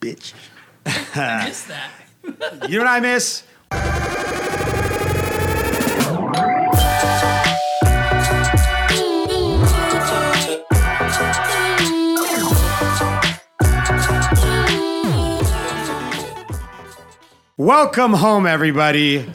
bitch. I missed that. You know what I miss? Welcome home, everybody.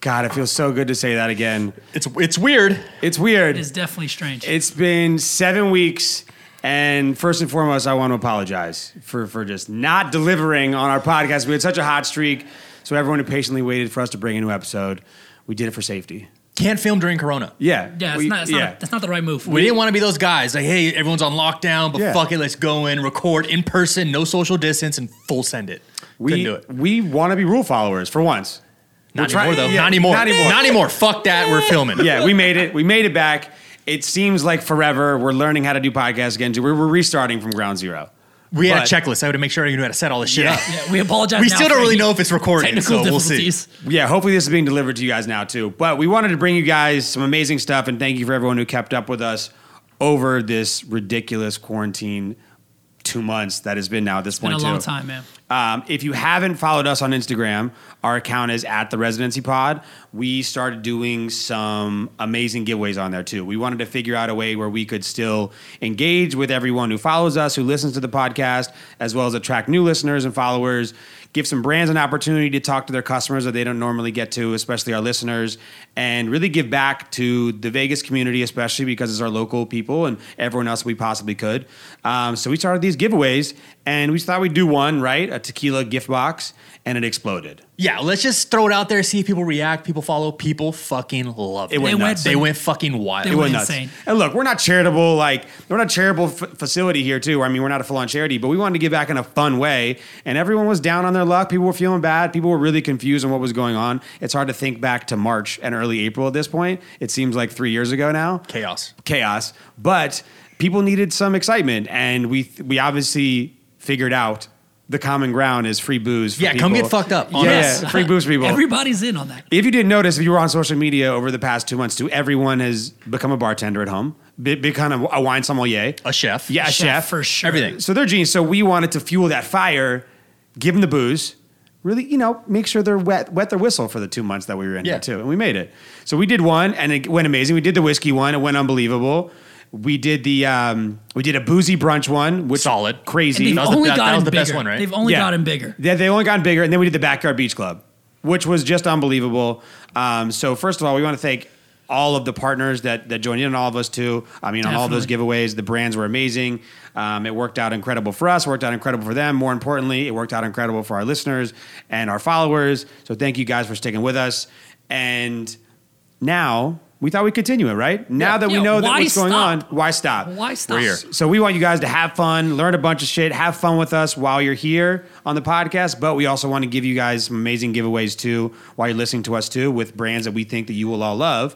God, it feels so good to say that again. It's it's weird. It's weird. It is definitely strange. It's been seven weeks, and first and foremost, I want to apologize for for just not delivering on our podcast. We had such a hot streak, so everyone who patiently waited for us to bring a new episode, we did it for safety. Can't film during Corona. Yeah, yeah, it's we- not, it's yeah. not. That's not the right move. We didn't want to be those guys like, hey, everyone's on lockdown, but Yeah. fuck it, let's go in, record in person, no social distance, and full send it. we Couldn't do it. we want to be rule followers for once. Not try- anymore though. yeah, not anymore. not Not anymore. anymore. Fuck that. We're filming. Yeah, we made it. We made it back. It seems like forever. We're learning how to do podcasts again. We're, we're restarting from ground zero. We had But- a checklist. I would make sure I knew how to set all this shit Yeah. up. Yeah, we apologize. We now still for don't really any know if it's recording, technical so we'll see. difficulties. Yeah, hopefully this is being delivered to you guys now too. But we wanted to bring you guys some amazing stuff, and thank you for everyone who kept up with us over this ridiculous quarantine two months that has been now at this Been point. a too. long time, man. Um, if you haven't followed us on Instagram, our account is at the Residency Pod. We started doing some amazing giveaways on there too. We wanted to figure out a way where we could still engage with everyone who follows us, who listens to the podcast, as well as attract new listeners and followers. Give some brands an opportunity to talk to their customers that they don't normally get to, especially our listeners, and really give back to the Vegas community, especially because it's our local people and everyone else we possibly could. Um, so we started these giveaways, and we thought we'd do one, right? A tequila gift box, and it exploded. Yeah, let's just throw it out there, see if people react, people follow, people fucking love it. It went They nuts. went- they went fucking wild. They it went went nuts. insane. And look, we're not charitable. Like we're not a charitable f- facility here, too. I mean, we're not a full-on charity, but we wanted to give back in a fun way. And everyone was down on their luck. People were feeling bad. People were really confused on what was going on. It's hard to think back to March and early April at this point. It seems like three years ago now. Chaos. chaos, but people needed some excitement, and we we obviously figured out the common ground is free booze. For Yeah, come people. get fucked up, Yeah, honest. yeah, free booze for people. Everybody's in on that. if you didn't notice, if you were on social media over the past two months, too, everyone has become a bartender at home, be, become a, a wine sommelier, A chef. yeah, a chef, for sure. Everything. So they're genius. So we wanted to fuel that fire, give them the booze, really, you know, make sure they're wet, wet their whistle for the two months that we were in Yeah. here too, and we made it. So we did one, and it went amazing. We did the whiskey one; it went unbelievable. We did the um, we did a boozy brunch one, which Solid. crazy. And they've That was the only best- that gotten was the bigger. best one, right? They've only Yeah. gotten bigger. Yeah, they only gotten bigger, and then we did the backyard beach club, which was just unbelievable. Um, so first of all, we want to thank all of the partners that that joined in, and all of us too. I mean, on all of those giveaways, the brands were amazing. Um, it worked out incredible for us. Worked out incredible for them. More importantly, it worked out incredible for our listeners and our followers. So thank you guys for sticking with us. And now we thought we'd continue it, right? Now that we Yeah, know that why what's going on, stop? why stop? Why stop? here. So we want you guys to have fun, learn a bunch of shit, have fun with us while you're here on the podcast. But we also want to give you guys some amazing giveaways too while you're listening to us too with brands that we think that you will all love.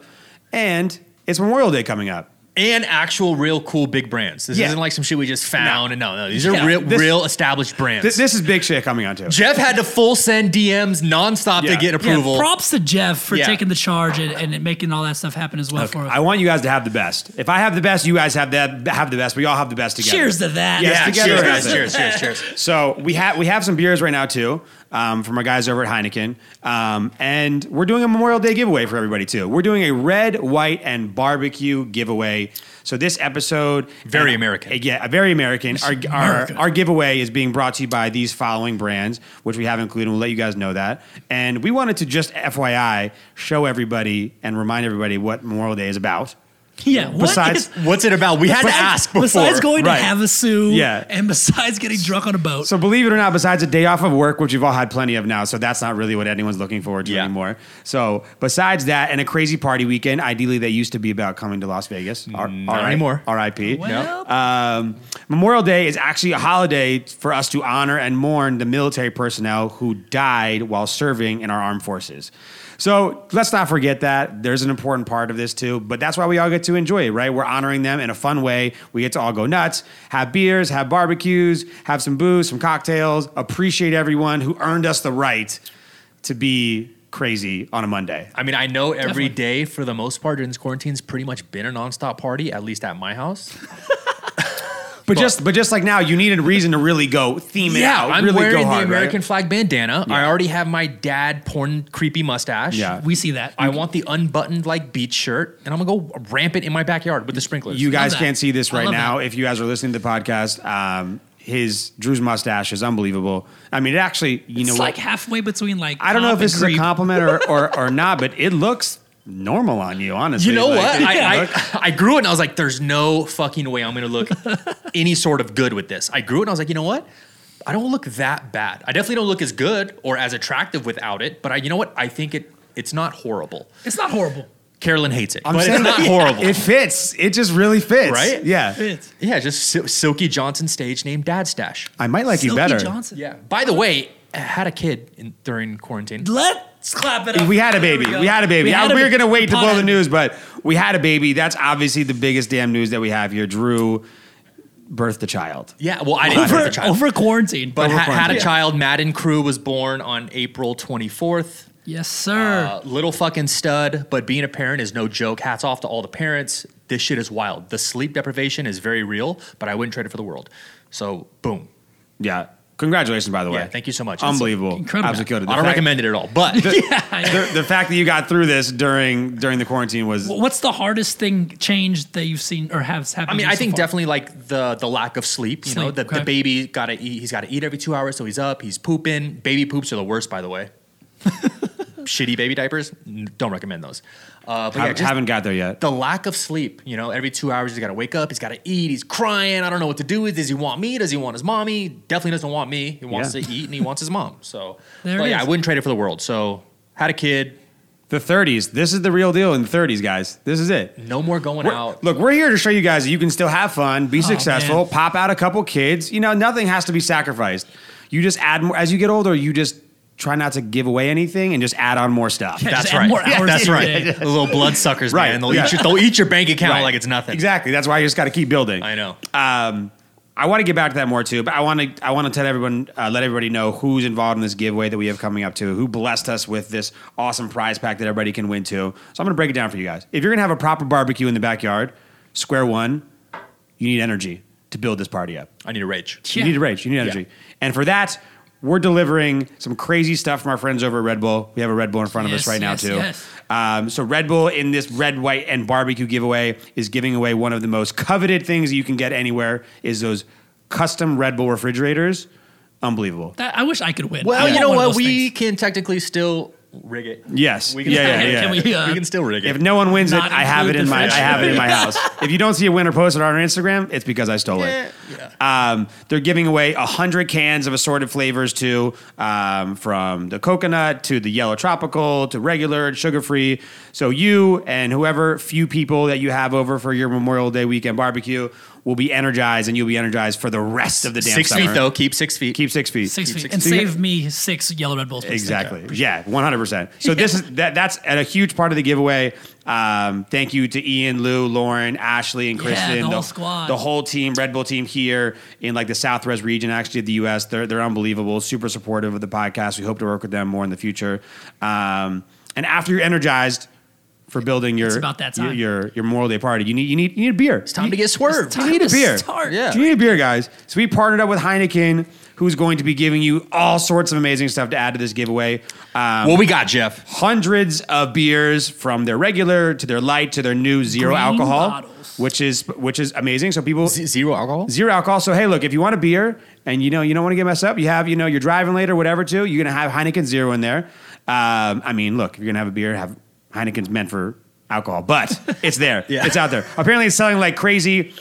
And it's Memorial Day coming up. and actual real cool big brands. This Yeah. isn't like some shit we just found. And no, no, these are Yeah. real, This- real established brands. This, this is big shit coming on too. Jeff had to full send DMs nonstop Yeah. to get Yeah, approval. props to Jeff for Yeah. taking the charge and, and making all that stuff happen as well for us. I want you guys to have the best. If I have the best, you guys have that have the best. We all have the best together. Cheers to that. Yeah. yeah, together cheers, or guys. nothing. Cheers, cheers, cheers. So we have we have some beers right now too, um, from our guys over at Heineken, um, and we're doing a Memorial Day giveaway for everybody too. We're doing a red, white, and barbecue giveaway. So this episode, Very and- American. yeah, very American. Our, our America. our giveaway is being brought to you by these following brands, which we have included. We'll let you guys know that, and we wanted to just FYI show everybody and remind everybody what Memorial Day is about. Yeah, what Besides- is- What's it about? We had to besides- ask before. Besides going Right. to Havasu, Yeah. and besides getting drunk on a boat, So believe it or not, besides a day off of work, which you've all had plenty of now, so that's not really what anyone's looking forward to Yeah. anymore. So besides that, and a crazy party weekend, ideally that used to be about coming to Las Vegas. R- Not R- anymore. R.I.P. well, Um, Memorial Day is actually a holiday for us to honor and mourn the military personnel who died while serving in our armed forces. So let's not forget that. There's an important part of this too, but that's why we all get to enjoy it, right? We're honoring them in a fun way. We get to all go nuts, have beers, have barbecues, have some booze, some cocktails, appreciate everyone who earned us the right to be crazy on a Monday. I mean, I know every Definitely. day for the most part during this quarantine's pretty much been a nonstop party, at least at my house. But just but just like now, you need a reason to really go theme it yeah, out. I'm really wearing go hard, the American right? flag bandana. I already have my dad porn creepy mustache. Yeah. We see that. I want the unbuttoned like beach shirt, and I'm gonna go ramp it in my backyard with the sprinklers. You guys that. can't see this I right love now. If you guys are listening to the podcast, um, his Drew's mustache is unbelievable. I mean, it actually, you know, it's what? like halfway between like I don't know cop if this and is a creep. compliment or, or or not, but it looks normal on you, honestly. You know Like, what? it I, I, look- I grew it and I was like, there's no fucking way I'm gonna look any sort of good with this. I grew it and I was like, you know what? I don't look that bad. I definitely don't look as good or as attractive without it, but I, you know what? I think it it's not horrible. It's not horrible. Carolyn hates it, I'm but it's saying not it- horrible. It fits. It just really fits, Right? Yeah. It's yeah, just Sil- Silky Johnson stage name Dad Stash. I might like you Silky better. Johnson. Yeah. By the way, I had a kid in, during quarantine. Let's clap it up. We had a There baby. We, go. had a baby. Yeah, had a we were ba- going to wait to pod blow the had- news, but we had a baby. That's obviously the biggest damn news that we have here. Drew birthed a child. Yeah, well, I didn't have a Over, child. over quarantine. but over ha- had a quarantine. child. Madden Crew was born on April 24th. yes, sir. Uh, little fucking stud, but being a parent is no joke. Hats off to all the parents. This shit is wild. The sleep deprivation is very real, but I wouldn't trade it for the world. So, boom. Yeah. Congratulations, by the way. Yeah, thank you so much. It's Unbelievable. incredible. Absolutely. I don't recommend it at all, but The, the fact that you got through this during during the quarantine was What's the hardest thing change that you've seen or has happened? I mean, to you I so think far? definitely like the the lack of sleep. You know, Sleep, the, the okay. baby got to eat. He's got to eat every two hours, so he's up. He's pooping. Baby poops are the worst, by the way. Shitty baby diapers. n- Don't recommend those. Uh, but yeah, haven't, just haven't got there yet. the lack of sleep. You know, every two hours he's got to wake up. He's got to eat. He's crying. I don't know what to do. With. Does he want me? Does he want his mommy? Definitely doesn't want me. He wants Yeah. to eat and he wants his mom. So, There but it yeah, is. I wouldn't trade it for the world. So, had a kid. The 30s. This is the real deal in the 30s, guys. This is it. No more going We're- out. Look, we're here to show you guys that you can still have fun, Oh, be successful, man. pop out a couple kids. You know, nothing has to be sacrificed. You just add more as you get older. You just try not to give away anything and just add on more stuff. Yeah, just That's add right. more hours that's to your right. day. The little bloodsuckers, Right. man. They'll, Yeah. eat your, they'll eat your bank account like it's nothing. Exactly. That's why you just got to keep building. I know. Um, I want to get back to that more too, but I want to I want to tell everyone, uh, let everybody know who's involved in this giveaway that we have coming up too. Who blessed us with this awesome prize pack that everybody can win too. So I'm going to break it down for you guys. If you're going to have a proper barbecue in the backyard, square one, you need energy to build this party up. I need a rage. Yeah. You need a rage. You need energy. And for that, we're delivering some crazy stuff from our friends over at Red Bull. We have a Red Bull in front of us Yes, right yes, now, too. yes. Um, so, Red Bull in this red, white, and barbecue giveaway is giving away one of the most coveted things you can get anywhere is those custom Red Bull refrigerators. Unbelievable. That- I wish I could win. I Well, want you know one of what? those We things. can technically still rig it. Yes. We can yeah, yeah, Can yeah. we, uh, we can still rig it. if no one wins it, Not I have it include in the my I have it in my house. If you don't see a winner posted on our Instagram, it's because I stole Eh, it. Um, they're giving away hundred cans of assorted flavors too, um, from the coconut to the yellow tropical to regular sugar free. So you and whoever few people that you have over for your Memorial Day weekend barbecue will be energized, and you'll be energized for the rest of the damn six summer. feet though. Keep six feet. Keep six feet. six feet six and feet. save me six yellow Red Bulls. please. Thank Exactly. you. Yeah, one hundred percent. So this is that. That's at a huge part of the giveaway. Um, thank you to Ian, Lou, Lauren, Ashley, and Kristen, the whole squad. the whole team, Red Bull team here in like the Southwest region, actually of the U.S. They're they're unbelievable, super supportive of the podcast. We hope to work with them more in the future. Um, and after you're energized for building your about that time. your your, your Memorial Day party, you need you need you need a beer. It's time to get swerved. You need a Time to beer. start. Yeah. You need a beer, guys. So we partnered up with Heineken, who's going to be giving you all sorts of amazing stuff to add to this giveaway. Um, What we got, Jeff? hundreds of beers from their regular to their light to their new zero Green alcohol, bottles. which is which is amazing. So people Z- zero alcohol. zero alcohol. So hey, look, if you want a beer and you know you don't want to get messed up, you have you know you're driving late or whatever too. You're gonna have Heineken Zero in there. Um, I mean, look, if you're gonna have a beer, have Heineken's meant for alcohol, but it's there. Yeah. It's out there. Apparently, it's selling like crazy.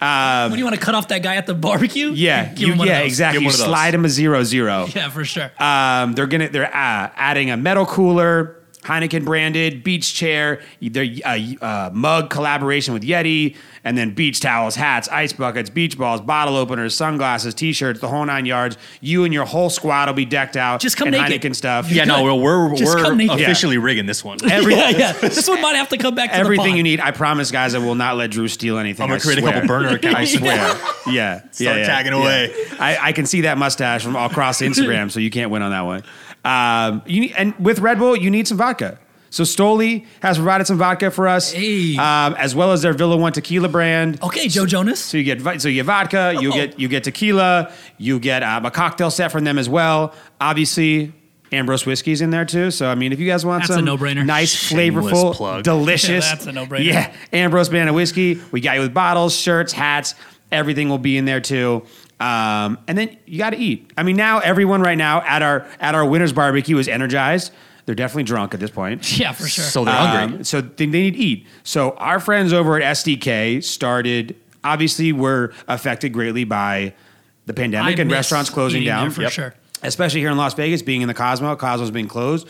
What do you want to cut off that guy at the barbecue? Yeah, Give you- him one of yeah, those. exactly. Give You one of those. slide him a zero zero. Yeah, for sure. Um, they're gonna they're uh, adding a metal cooler, Heineken branded beach chair, their uh, uh, mug collaboration with Yeti, and then beach towels, hats, ice buckets, beach balls, bottle openers, sunglasses, t-shirts, the whole nine yards. You and your whole squad will be decked out. Just come in naked. Heineken stuff. Yeah, no, we're we're, Just come we're naked. officially rigging this one. every- yeah, yeah. This one might have to come back to the Everything pod. you need, I promise, guys. I will not let Drew steal anything. I'm gonna I create a couple swear. burner accounts. I swear. yeah. yeah. Start yeah, tagging yeah. away. I, I can see that mustache from all across Instagram, so you can't win on that one. Um, you need, and with Red Bull, you need some vodka. So Stoli has provided some vodka for us, Hey. um, as well as their Villa One tequila brand. Okay, Joe Jonas. So you get vi- so you get vodka, you Oh. get you get tequila, you get um, a cocktail set from them as well. Obviously, Ambrose whiskey's in there too. So I mean, if you guys want That's a some no-brainer. nice, Shameless flavorful, plug. delicious, That's a no-brainer. Yeah, Ambrose banana whiskey. We got you with bottles, shirts, hats. Everything will be in there too. Um, and then you got to eat. I mean, now everyone right now at our at our winners barbecue is energized. They're definitely drunk at this point. Yeah, for sure. So they're hungry. Um, so they, they need to eat. So our friends over at SDK started. Obviously, were affected greatly by the pandemic I and miss restaurants closing eating there down for sure. Especially here in Las Vegas, being in the Cosmo, Cosmo's being closed.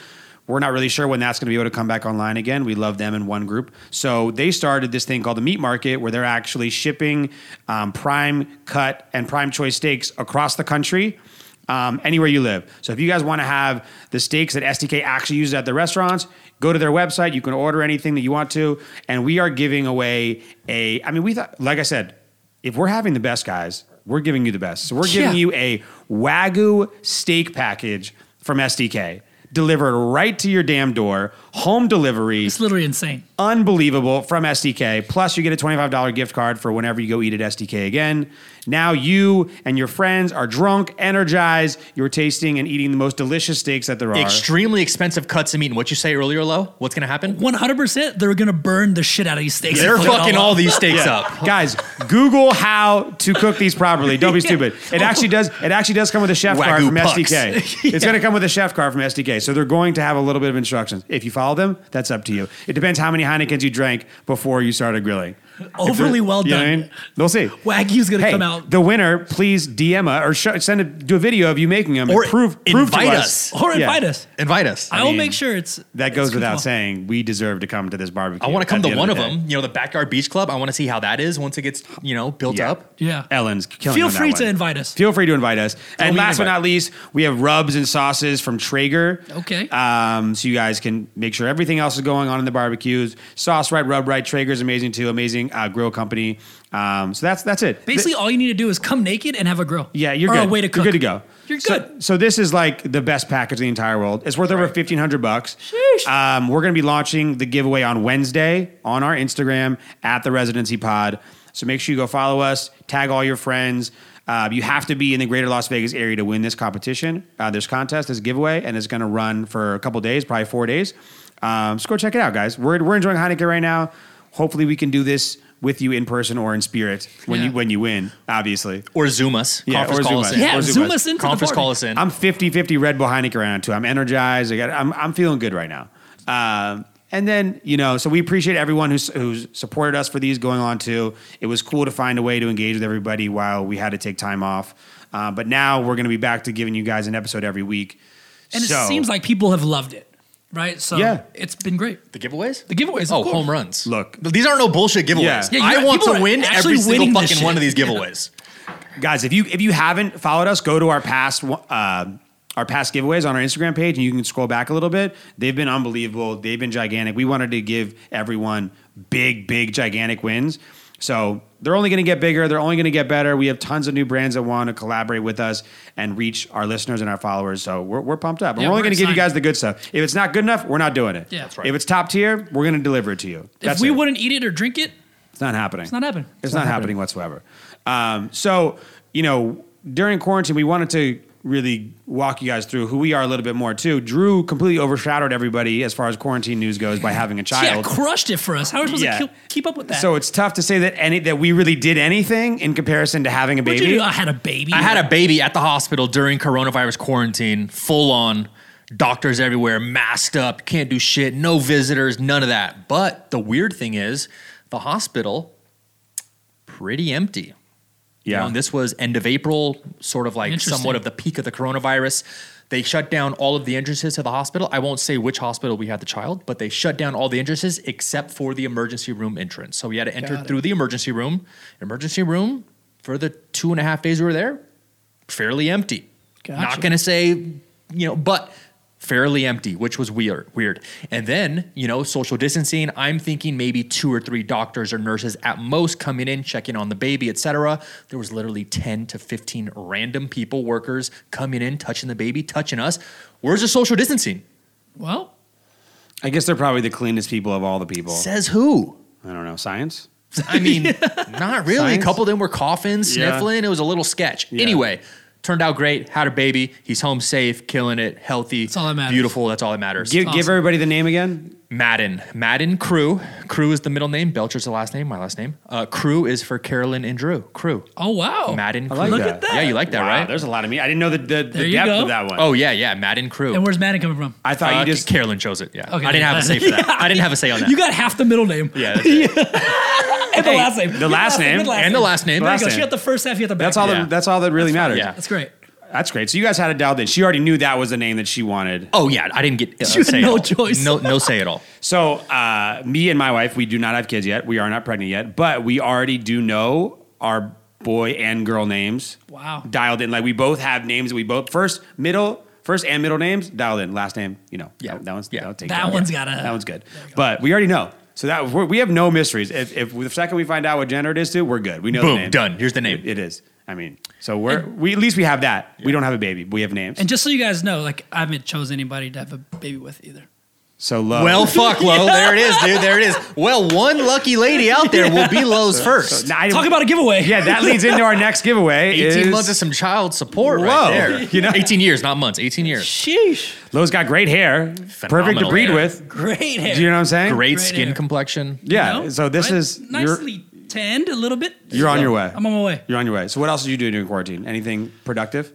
We're not really sure when that's going to be able to come back online again. We love them in one group. So they started this thing called the Meat Market, where they're actually shipping um, prime cut and prime choice steaks across the country. Um, anywhere you live. So if you guys want to have the steaks that SDK actually uses at the restaurants, go to their website. You can order anything that you want to. And we are giving away a, I mean, we thought, like I said, if we're having the best guys, we're giving you the best. So we're giving Yeah. you a Wagyu steak package from SDK delivered right to your damn door, home delivery, it's literally insane. unbelievable from SDK. Plus, you get a $25 gift card for whenever you go eat at SDK again. Now you and your friends are drunk, energized. You're tasting and eating the most delicious steaks that there are. Extremely expensive cuts of meat. And what you say earlier, Lo? What's gonna happen? 100%, they're going to burn the shit out of these steaks. and They're put it fucking all up. these steaks up. Guys, Google how to cook these properly. Don't be stupid. It actually does. It actually does come with a chef card Wagyu from pucks. SDK. It's going to come with a chef card from SDK. So they're going to have a little bit of instructions. If you follow them, that's up to you. It depends how many Heinekens you drank before you started grilling. Overly well You know what I done. mean? We'll see. Wagyu's going to Hey, come out. the winner, please DM us or sh- send a, do a video of you making them. Or and prove, prove to invite us. us. or yeah. invite us. Invite us. I, will mean, make sure it's. That it's goes good without call. saying. We deserve to come to this barbecue. I want to at come the to end one the of day. them. You know, the backyard beach club. I want to see how that is once it gets you know built Yeah. up. Yeah. Ellen's killing Feel on that free to one. invite us. Feel free to invite us. and me last but invite. not least, we have rubs and sauces from Traeger. Okay. Um, so you guys can make sure everything else is going on in the barbecues. Sauce right, rub right. Traeger's amazing too. Amazing uh, grill company. Um, so that's that's it. Basically, all you need to do is come naked and have a grill. Yeah, you're or good. a way to cook. You're good to go. You're So- good. So, this is like the best package in the entire world. It's worth over fifteen hundred bucks. Sheesh. Um, we're going to be launching the giveaway on Wednesday on our Instagram at the Residency Pod. So make sure you go follow us, tag all your friends. Uh, you have to be in the greater Las Vegas area to win this competition, uh, this contest, this giveaway, and it's going to run for a couple days, probably four days. Um, so go check it out, guys. We're, we're enjoying Heineken right now. Hopefully, we can do this with you in person or in spirit when Yeah. you when you win. Obviously, Or Zoom us. Yeah, Conference or call Zoom us us. in. Yeah, Or Zoom zoom us. us into Conference the party. call us in. I'm 50 50 Red Bull Heineken around too. I'm energized. I got, I'm, I'm feeling good right now. Um, and then, you know, so we appreciate everyone who's, who's supported us for these going on too. It was cool to find a way to engage with everybody while we had to take time off. Uh, but now we're going to be back to giving you guys an episode every week. And it So, seems like people have loved it, right? So Yeah. it's been great. the giveaways? The giveaways, of Oh, course. home runs. Look. These aren't no bullshit giveaways. Yeah. Yeah, you're I right. want People to are win actually every single winning this fucking one of these shit. giveaways. guys, if you if you haven't followed us, go to our past uh, our past giveaways on our Instagram page, and you can scroll back a little bit. They've been unbelievable. They've been gigantic. We wanted to give everyone big, big, gigantic wins. So they're only going to get bigger. They're only going to get better. We have tons of new brands that want to collaborate with us and reach our listeners and our followers. So we're, we're pumped up. And Yeah, we're only we're going to give you excited. guys the good stuff. If it's not good enough, we're not doing it. Yeah. That's right. If it's top tier, we're going to deliver it to you. If That's we it. wouldn't eat it or drink it, it's not happening. it's not happening. It's, not, happening, whatsoever. Um, so, you know, during quarantine, we wanted to really walk you guys through who we are a little bit more too. Drew completely overshadowed everybody as far as quarantine news goes by having a Yeah, child. crushed it for us. How are we supposed Yeah. to keep, keep up with that? so it's tough to say that any that we really did anything in comparison to having a What'd you baby. do? I had a baby. I had a baby at the hospital during coronavirus quarantine, full on doctors everywhere, masked up, can't do shit, no visitors, none of that. But the weird thing is, the hospital pretty empty. You know, Yeah. and this was end of April, sort of like Interesting. somewhat of the peak of the coronavirus. They shut down all of the entrances to the hospital. I won't say which hospital we had the child, but they shut down all the entrances except for the emergency room entrance. So we had to enter Got it. through the emergency room. Emergency room for the two and a half days we were there, fairly empty. Gotcha. Not gonna say, you know, but fairly empty, which was weird. Weird. And then, you know, social distancing. I'm thinking maybe two or three doctors or nurses at most coming in, checking on the baby, etc. There was literally 10 to 15 random people, workers coming in, touching the baby, touching us. Where's the social distancing? well, I guess they're probably the cleanest people of all the people. Says who? I don't know. Science? I mean, not really. Science? A couple of them were coughing, Yeah. sniffling. It was a little sketch. Yeah. Anyway, turned out great. Had a baby. He's home safe, killing it, healthy. That's all that matters. Beautiful. That's all that matters. Give, give awesome. everybody the name again. Madden. Madden Crew. Crew is the middle name. Belcher's the last name. My last name. Uh, Crew is for Carolyn and Drew. Crew. Oh wow, Madden. I Crew. like Look that. at that. Yeah, you like that, wow, right? There's a lot of me. I didn't know the, the, the you depth go. of that one. Oh yeah, yeah. Madden Crew. And where's Madden coming from? I thought Uh, you just. Carolyn chose it. Yeah. Okay. I didn't have a say for that. I didn't have a say on that. You got half the middle name. yeah. That's it. and the last name. Your last name and last and the last name. The last There you go. name. She got the first half. You got the back. That's all. Yeah. That, that's all that really matters. Yeah. That's great. that's great. So you guys had it dialed in. She already knew that was the name that she wanted. Oh yeah, I didn't get. Uh, You had say at no all. choice. No, no say at all. So, uh, me and my wife, we do not have kids yet. We are not pregnant yet, but we already do know our boy and girl names. Wow. Dialed in. Like, we both have names. that We both, first, middle, first and middle names, dialed in. Last name, you know. Yeah. That, that one's, Yeah. that'll take That care of one's it. gotta- That one's good. But we already know. So, that we're, we have no mysteries. If, if the second we find out what gender it is to, we're good. We know the Boom. name. Done. Here's the name. It is. I mean, so we're, we, at least we have that. We don't have a baby, but we have names. And just so you guys know, like I haven't chose anybody to have a baby with either. so, love. Well, fuck, Lo. There it is, dude. There it is. Well, one lucky lady out there will be Lo's first. Now, I- Talk about a giveaway. Yeah, that leads into our next giveaway. 18 is- months of some child support Whoa. right there. You know? 18 years, not months. 18 years. Sheesh. Lowe's got great hair, perfect to Phenomenal breed hair. with. Great hair. Do you know what I'm saying? Great Right skin there. complexion. Yeah. No? So this Right? is you're, nicely tanned a little bit. you're on your way. I'm on my way. You're on your way. So what else did you do during quarantine? Anything productive?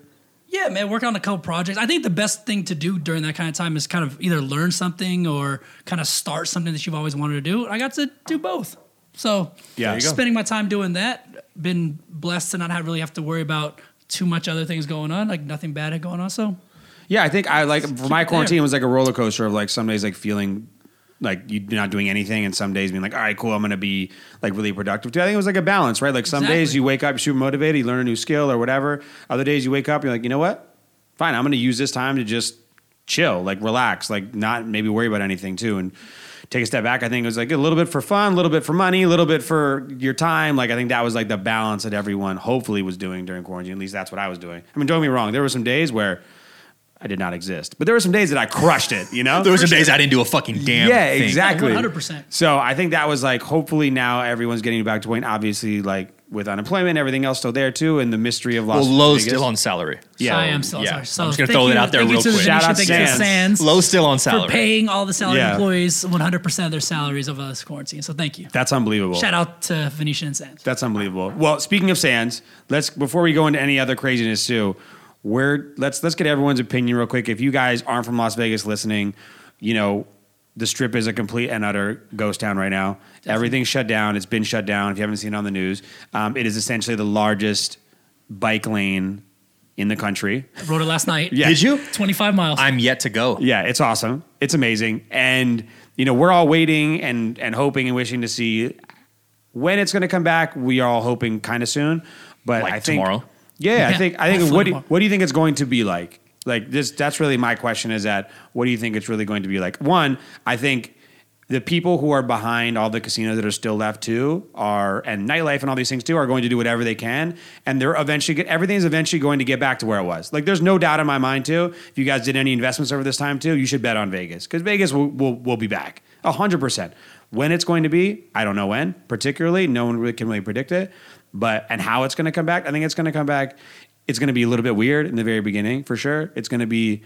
Yeah, man, work on a couple projects. I think the best thing to do during that kind of time is kind of either learn something or kind of start something that you've always wanted to do. I got to do both. So Yeah. There you go. spending my time doing that, been blessed to not have really have to worry about too much other things going on, like nothing bad going on. So Yeah, I think I like for my it there. quarantine was like a roller coaster of like some days like feeling like you're not doing anything and some days being like all right cool i'm gonna be like really productive too i think it was like a balance right like some days Exactly. you wake up you're super motivated you learn a new skill or whatever other days you wake up you're like you know what fine i'm gonna use this time to just chill like relax like not maybe worry about anything too and take a step back i think it was like a little bit for fun a little bit for money a little bit for your time like i think that was like the balance that everyone hopefully was doing during quarantine at least that's what i was doing i mean don't get me wrong there were some days where I did not exist. But there were some days that I crushed it, you know? There were some days I didn't do a fucking damn yeah, thing. exactly. 100%. So I think that was like, hopefully now everyone's getting back to point. Obviously, like with unemployment, everything else still there too, and the mystery of Las Well, Lo's Vegas. still on salary. Yeah. I am so Yeah. sorry. I'm So just gonna thank throw that you- out there thank you real to the quick. Shout out Venetian, thank you to Sands. Sands Lo's still on salary. for paying all the salary Yeah. employees 100% of their salaries over this quarantine. So thank you. That's unbelievable. Shout out to Venetian and Sands. That's unbelievable. Well, speaking of Sands, let's before we go into any other craziness too, where let's let's get everyone's opinion real quick. If you guys aren't from Las Vegas listening, you know, the strip is a complete and utter ghost town right now. Everything's shut down. It's been shut down. If you haven't seen it on the news, um, it is essentially the largest bike lane in the country. Wrote it last night. Yeah. Did you? 25 miles. I'm yet to go. Yeah, it's awesome. It's amazing. And you know, we're all waiting and and hoping and wishing to see when it's going to come back. We are all hoping kind of soon, but Like I think tomorrow? Yeah, I Yeah, think I think hopefully what do, tomorrow. what do you think it's going to be like? Like this that's really my question is that what do you think it's really going to be like? One, I think the people who are behind all the casinos that are still left too are and nightlife and all these things too are going to do whatever they can and they're eventually get, everything's eventually going to get back to where it was like there's no doubt in my mind too if you guys did any investments over this time too you should bet on vegas because vegas will, will, will be back 100% when it's going to be i don't know when particularly no one really can really predict it but and how it's going to come back i think it's going to come back it's going to be a little bit weird in the very beginning for sure it's going to be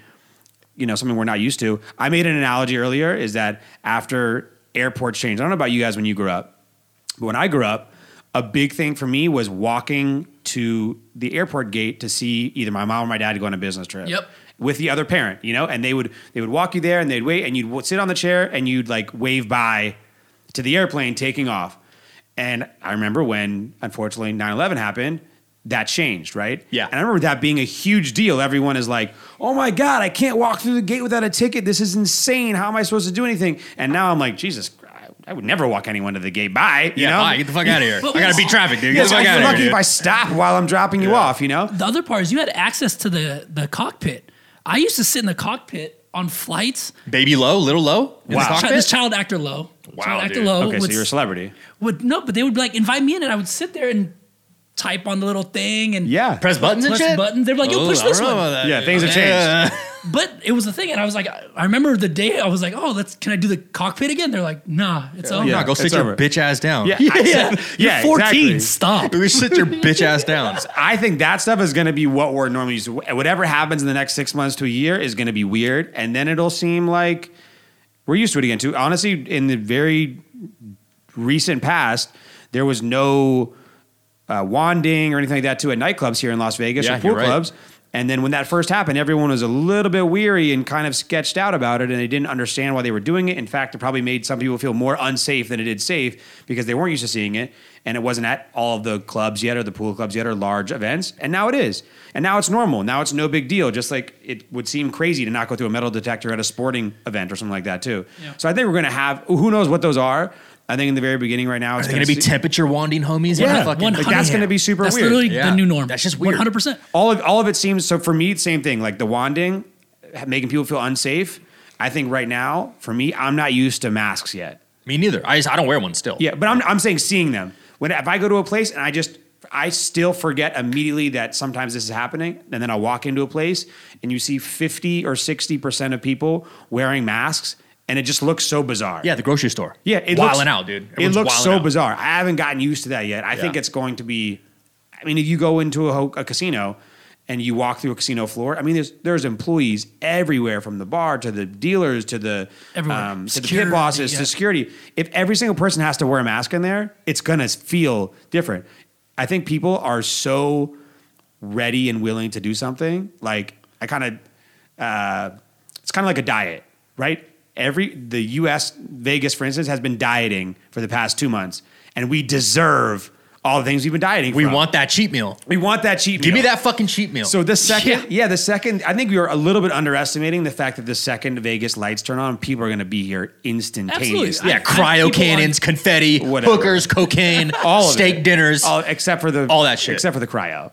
you know something we're not used to. I made an analogy earlier is that after airports changed, I don't know about you guys when you grew up, but when I grew up, a big thing for me was walking to the airport gate to see either my mom or my dad go on a business trip. Yep. With the other parent, you know, and they would they would walk you there and they'd wait and you'd w- sit on the chair and you'd like wave by to the airplane taking off. And I remember when unfortunately 9/11 happened, that changed, right? Yeah. And I remember that being a huge deal. Everyone is like, oh my God, I can't walk through the gate without a ticket. This is insane. How am I supposed to do anything? And now I'm like, Jesus, I- I would never walk anyone to the gate. Bye. You Yeah, know? bye, get the fuck out of here. I gotta beat traffic, dude. Get Yes, the fuck I'd out be of here. lucky dude. if I stop while I'm dropping you off, you know? the other part is you had access to the, the cockpit. I used to sit in the cockpit on flights. Baby Low, little Low, in Wow. the Chi- cockpit? This child actor low. Wow, Child actor dude. low Okay, so would, you're a celebrity. would no, but they would be like invite me in, and I would sit there and type on the little thing and Yeah. Press buttons and Press shit. buttons. They were like, yo, push Oh, I don't this know one. about that, Yeah, dude. things have Yeah. But it was the thing, and I was like, I I remember the day I was like, oh, let's can I do the cockpit again? They're like, nah, it's over. Yeah, Yeah, go sit it's your over. bitch ass down. Yeah. Yeah, yeah. Yeah, You're 14. exactly. Stop. Go sit your bitch ass down. I think that stuff is going to be what we're normally used to. Whatever happens in the next six months to a year is going to be weird, and then it'll seem like we're used to it again. Too honestly, in the very recent past, there was no uh, wanding or anything like that too at nightclubs here in Las Vegas Yeah, or pool you're right. clubs. And then when that first happened, everyone was a little bit weary and kind of sketched out about it, and they didn't understand why they were doing it. In fact, it probably made some people feel more unsafe than it did safe because they weren't used to seeing it, and it wasn't at all of the clubs yet, or the pool clubs yet, or large events. And now it is, and now it's normal. Now it's no big deal. Just like it would seem crazy to not go through a metal detector at a sporting event or something like that too. Yeah. So I think we're gonna have who knows what those are. I think in the very beginning right now it's It's gonna be se- temperature wanding homies. Yeah. Yeah, fucking, One- like, 100. that's gonna be super That's weird. literally Yeah. the new norm. That's just weird. 100%. all of all of it seems so for me same thing like the wanding making people feel unsafe i think right now for me i'm not used to masks yet me neither. I just I don't wear one still. yeah but i'm, I'm saying seeing them when if i go to a place and i just i still forget immediately that sometimes this is happening and then i walk into a place and you see 50 or 60% of people wearing masks and it just looks so bizarre yeah, the grocery store. yeah, it wilding looks, out, dude. it Everyone's looks wilding so out. bizarre. I haven't gotten used to that yet. I think Yeah. it's going to be. I mean, if you go into a, ho- a casino and you walk through a casino floor, I mean, there's there's employees everywhere from the bar to the dealers to the Everywhere. um, to the pit Security, bosses yeah. to security. If every single person has to wear a mask in there, it's gonna feel different. I think people are so ready and willing to do something. Like I kind of uh, it's kind of like a diet, right? Every the U.S. Vegas, for instance, has been dieting for the past two months, and we deserve all the things we've been dieting. We from. want that cheat meal. we want that cheat. Give me meal. that fucking cheat meal. So the second, yeah. the second, I think we were a little bit underestimating the fact that the second Vegas lights turn on, people are going to be here instantaneously. Absolutely. yeah, I- I- people cryo on- cannons, confetti, Whatever. hookers, cocaine, All of steak it. dinners. all except for the All that shit. except for the cryo,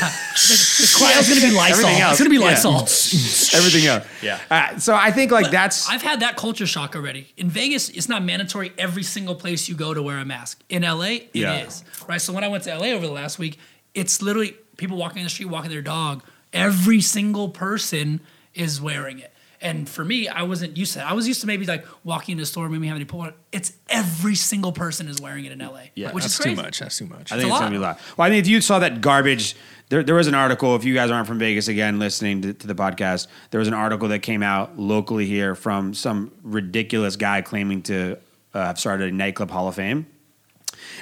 The cryo's going to be Lysol. Everything else, It's going to be yeah. Lysol. everything else. Yeah. Uh, so I think like that's I've had that culture shock already. In Vegas, it's not mandatory every single place you go to wear a mask. In LA, it is Yeah. Right? So when I went to LA over the last week, it's literally people walking in the street, walking their dog. Every single person is wearing it. And for me, I wasn't used to that. I was used to maybe like walking in the store, maybe having to pull it. It's every single person is wearing it in LA. Yeah, which that's is crazy. too much. That's too much. I think It's it's a gonna be a lot. Well, I think if you saw that garbage, there, there was an article. If you guys aren't from Vegas again, listening to, to the podcast, there was an article that came out locally here from some ridiculous guy claiming to uh, have started a nightclub Hall of Fame.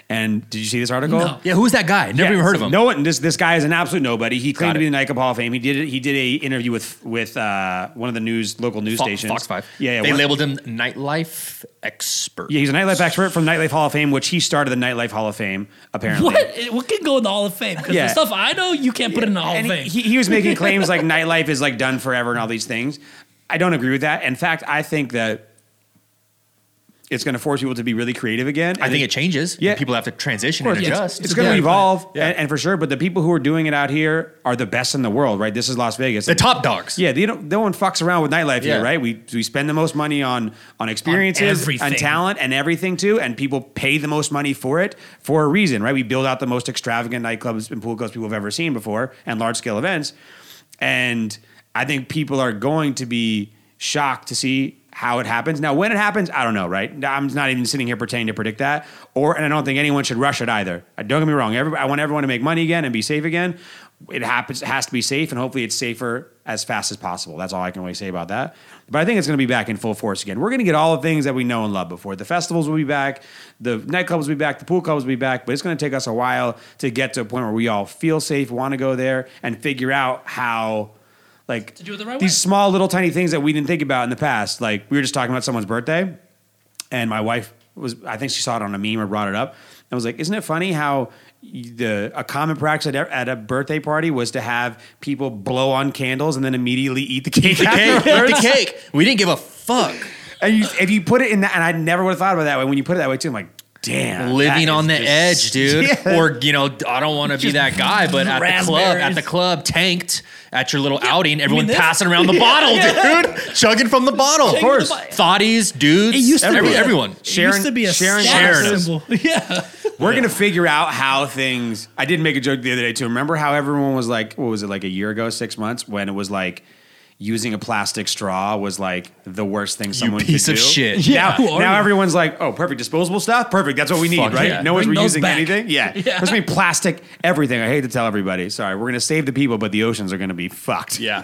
And did you see this article? No. yeah, who's that guy? Never Yeah, even heard of so him. No one. This this guy is an absolute nobody. He claimed Got to be it. in the Nike Hall of Fame. He did it. He did a interview with with uh, one of the news local news Fo- stations. Fox Five. Yeah, yeah they one- labeled him nightlife expert. Yeah, he's a nightlife expert from Nightlife Hall of Fame, which he started the Nightlife Hall of Fame. Apparently, What? What can go in the Hall of Fame? Because Yeah. the stuff I know, you can't put in the Hall of and Fame. He, he was making claims like nightlife is like done forever and all these things. I don't agree with that. In fact, I think that it's going to force people to be really creative again. I think it changes. Yeah. People have to transition Of and course, it's- adjust. It's, going Yeah. to evolve, Yeah. and, and for sure. But the people who are doing it out here are the best in the world, right? This is Las Vegas. the top dogs. Yeah, they don't. No one fucks around with nightlife Yeah. here, right? We we spend the most money on on experiences, on, everything. talent, and everything too. And people pay the most money for it for a reason, right? We build out the most extravagant nightclubs and pool clubs people have ever seen before, and large scale events. And I think people are going to be shocked to see how it happens. Now, when it happens, I don't know, right? I'm not even sitting here pretending to predict that, or and I don't think anyone should rush it either. I Don't get me wrong. Every, I want everyone to make money again and be safe again. It happens it has to be safe, and hopefully it's safer as fast as possible. That's all I can really say about that. But I think it's going to be back in full force again. We're going to get all the things that we know and love before. The festivals will be back, the nightclubs will be back, the pool clubs will be back. But it's going to take us a while to get to a point where we all feel safe, want to go there, and figure out how like do it the right these way. small little tiny things that we didn't think about in the past. Like we were just talking about someone's birthday, and my wife was I think she saw it on a meme or brought it up and was like, "Isn't it funny how y- the a common practice at, a- at a birthday party was to have people blow on candles and then immediately eat the cake, The cake, eat the afterwards? cake. We didn't give a fuck. And you, if you put it in that, and I never would have thought about it that way. When you put it that way too, I'm like, Uh, damn, living that on the is edge, just- dude. Yeah. Or you know, I don't want to be Just that guy, but at the club, at raspberries. the club, tanked at your little outing, everyone this- passing around the bottle, dude, chugging from the bottle. Chugging from the bottle. thoughties, dudes, It used to every- be a- everyone. Sharon- it used to be a Sharon status Sharon is- symbol. Yeah. We're gonna figure out how things. I did make a joke the other day too. Remember how everyone was like, what was it like a year ago, six months when it was like using a plastic straw was like the worst thing someone piece could of do. shit. Yeah, who Now, are now you? everyone's like, oh, perfect disposable stuff, perfect. That's what we need, Fuck right? yeah. No one's Bring those reusing back. anything. Yeah, Yeah. there's gonna be plastic everything. I hate to tell everybody. Sorry, we're gonna save the people, but the oceans are gonna be fucked. Yeah.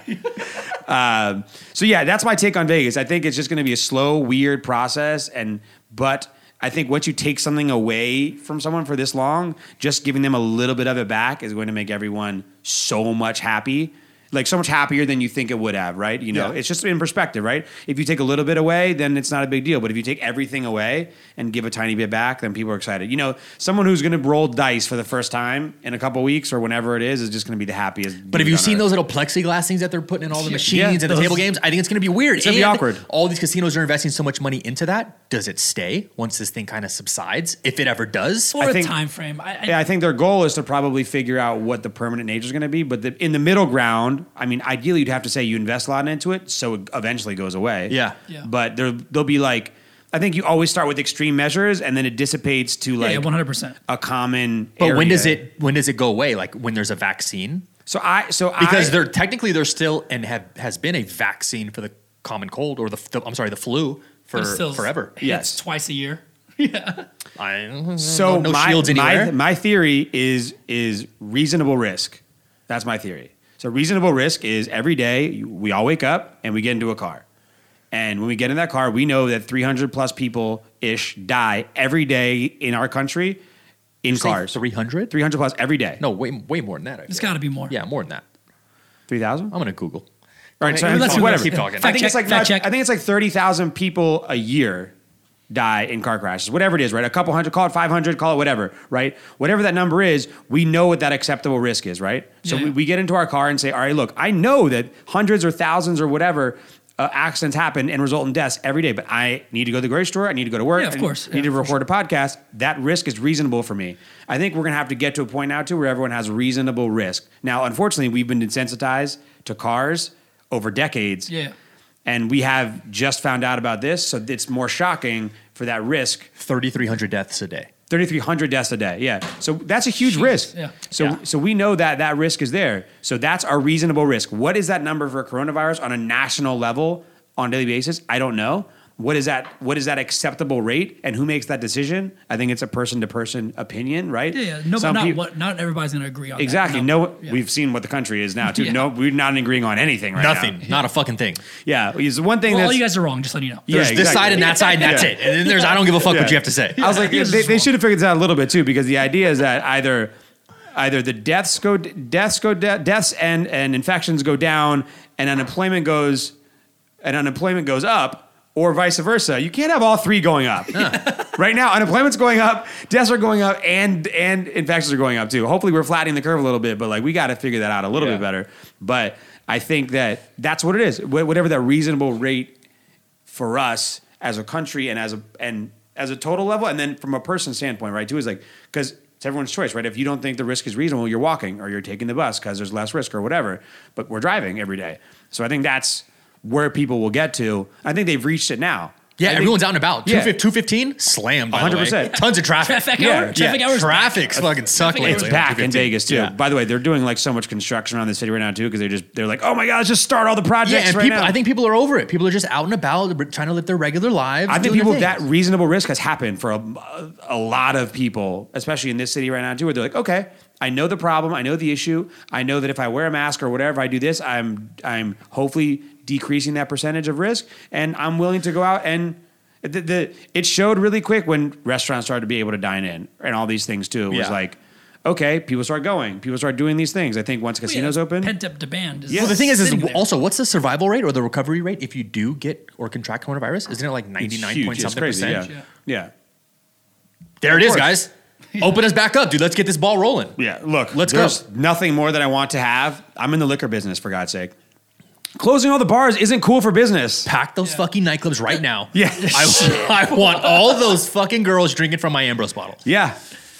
Um, so yeah, that's my take on Vegas. I think it's just going to be a slow, weird process, and but I think once you take something away from someone for this long, just giving them a little bit of it back is going to make everyone so much happy. Like so much happier than you think it would have, right? You know, Yeah. it's just in perspective, right? If you take a little bit away, then it's not a big deal. But if you take everything away and give a tiny bit back, then people are excited. You know, someone who's going to roll dice for the first time in a couple weeks or whenever it is is just going to be the happiest. But have dude you on seen earth. those little plexiglass things that they're putting in all the Yeah, machines and the those- table games? I think it's going to be weird. It's gonna be awkward. All these casinos are investing so much money into that. Does it stay once this thing kind of subsides? If it ever does, Or I a think- time frame. I, I, Yeah, I think their goal is to probably figure out what the permanent nature is going to be. But the, in the middle ground, I mean, ideally, you'd have to say you invest a lot into it, so it eventually goes away. Yeah. Yeah. But there, they'll be like, I think you always start with extreme measures, and then it dissipates to yeah, like 100%. a common. but when area. does it when does it go away? Like when there's a vaccine? So I, so because I, there technically there's still and have has been a vaccine for the common cold or the, the I'm sorry the flu for But it still forever. hits Yes. twice a year. I, so Mm, no, no my, shields anywhere. My, my theory is is reasonable risk. That's my theory. So reasonable risk is every day you- we all wake up and we get into a car. And when we get in that car, we know that 300 plus people ish die every day in our country in cars. three hundred. 300 plus every day. No, way way more than that. I It's feel. got to be more. yeah, more than that. 3,000? I'm gonna Google. All right, so Keep I'm- talking, whatever. Keep talking. I Fact think check, it's like fact check. I think it's like thirty thousand people a year die in car crashes, whatever it is, right? A couple hundred, call it five hundred, call it whatever, right? Whatever that number is, we know what that acceptable risk is, right? So Yeah. we, we get into our car and say, all right, look, I know that hundreds or thousands or whatever. Uh, accidents happen and result in deaths every day, but I need to go to the grocery store. I need to go to work. Yeah, of I course. Need to Yeah, for record a podcast. That risk is reasonable for me. I think we're gonna have to get to a point now too where everyone has reasonable risk. Now, unfortunately, we've been desensitized to cars over decades Yeah. and we have just found out about this, so it's more shocking for that risk. Thirty three hundred deaths a day. 3,300 deaths a day. Yeah. So that's a huge risk. yeah. So, Yeah. so we know that that risk is there. So that's our reasonable risk. What is that number for coronavirus on a national level on a daily basis? I don't know. What is that? What is that acceptable rate? And who makes that decision? I think it's a person to person opinion, right? Yeah, yeah. No, but Some not, peop- what, not everybody's going to agree on that. Exactly. No, yeah. we've seen what the country is now too. Yeah. No, we're not agreeing on anything right Nothing. now. Not a fucking thing. Yeah. It's one thing Well, all that's you guys are wrong, just letting you know. Yeah, There's this exactly. side and that side, and that's Yeah. it. And then there's I don't give a fuck Yeah. what you have to say. I was like, Yeah, they, this is they wrong. should have figured this out a little bit too, because the idea is that either either the deaths go deaths go de- deaths and and infections go down, and unemployment goes and unemployment goes up, or vice versa. You can't have all three going up. Right now, unemployment's going up, deaths are going up, and and infections are going up too. Hopefully, we're flattening the curve a little bit, but like we got to figure that out a little Yeah. bit better. But I think that that's what it is. Wh- Whatever that reasonable rate for us as a country and as a and as a total level, and then from a person standpoint, right? Too is like because it's everyone's choice, right? If you don't think the risk is reasonable, you're walking or you're taking the bus because there's less risk or whatever. But we're driving every day, so I think that's where people will get to. I think they've reached it now. Yeah, everyone's out and about. Yeah. 215 slammed. 100%. 100%. Tons of traffic. Traffic Yeah, hour. Traffic yeah. hours. Traffic's fucking suck Traffic lately. hours. on back in 215. Vegas too. Yeah. By the way, they're doing like so much construction around the city right now too because they just they're like, oh my god, let's just start all the projects. Yeah, and right people. now. I think people are over it. People are just out and about, r- trying to live their regular lives. I think doing their people things. that reasonable risk has happened for a, a lot of people, especially in this city right now too, where they're like, okay, I know the problem, I know the issue, I know that if I wear a mask or whatever, I do this, I'm I'm hopefully decreasing that percentage of risk, and I'm willing to go out and. The, the, it showed really quick when restaurants started to be able to dine in and all these things too. It was Yeah. like, okay, people start going, people start doing these things. I think once casinos open, Pent up demand. Is Yeah. Well, the thing is, is sitting there. also what's the survival rate or the recovery rate if you do get or contract coronavirus? Isn't it like it's ninety nine huge. point It's something crazy, percent? Yeah. Yeah. yeah. There it is, course. guys. Open us back up, dude. Let's get this ball rolling. Yeah, look, Let's there's go. nothing more that I want to have. I'm in the liquor business, for God's sake. Closing all the bars isn't cool for business. Pack those fucking nightclubs right now. Yeah. I, I want all those fucking girls drinking from my Ambrose bottle. Yeah.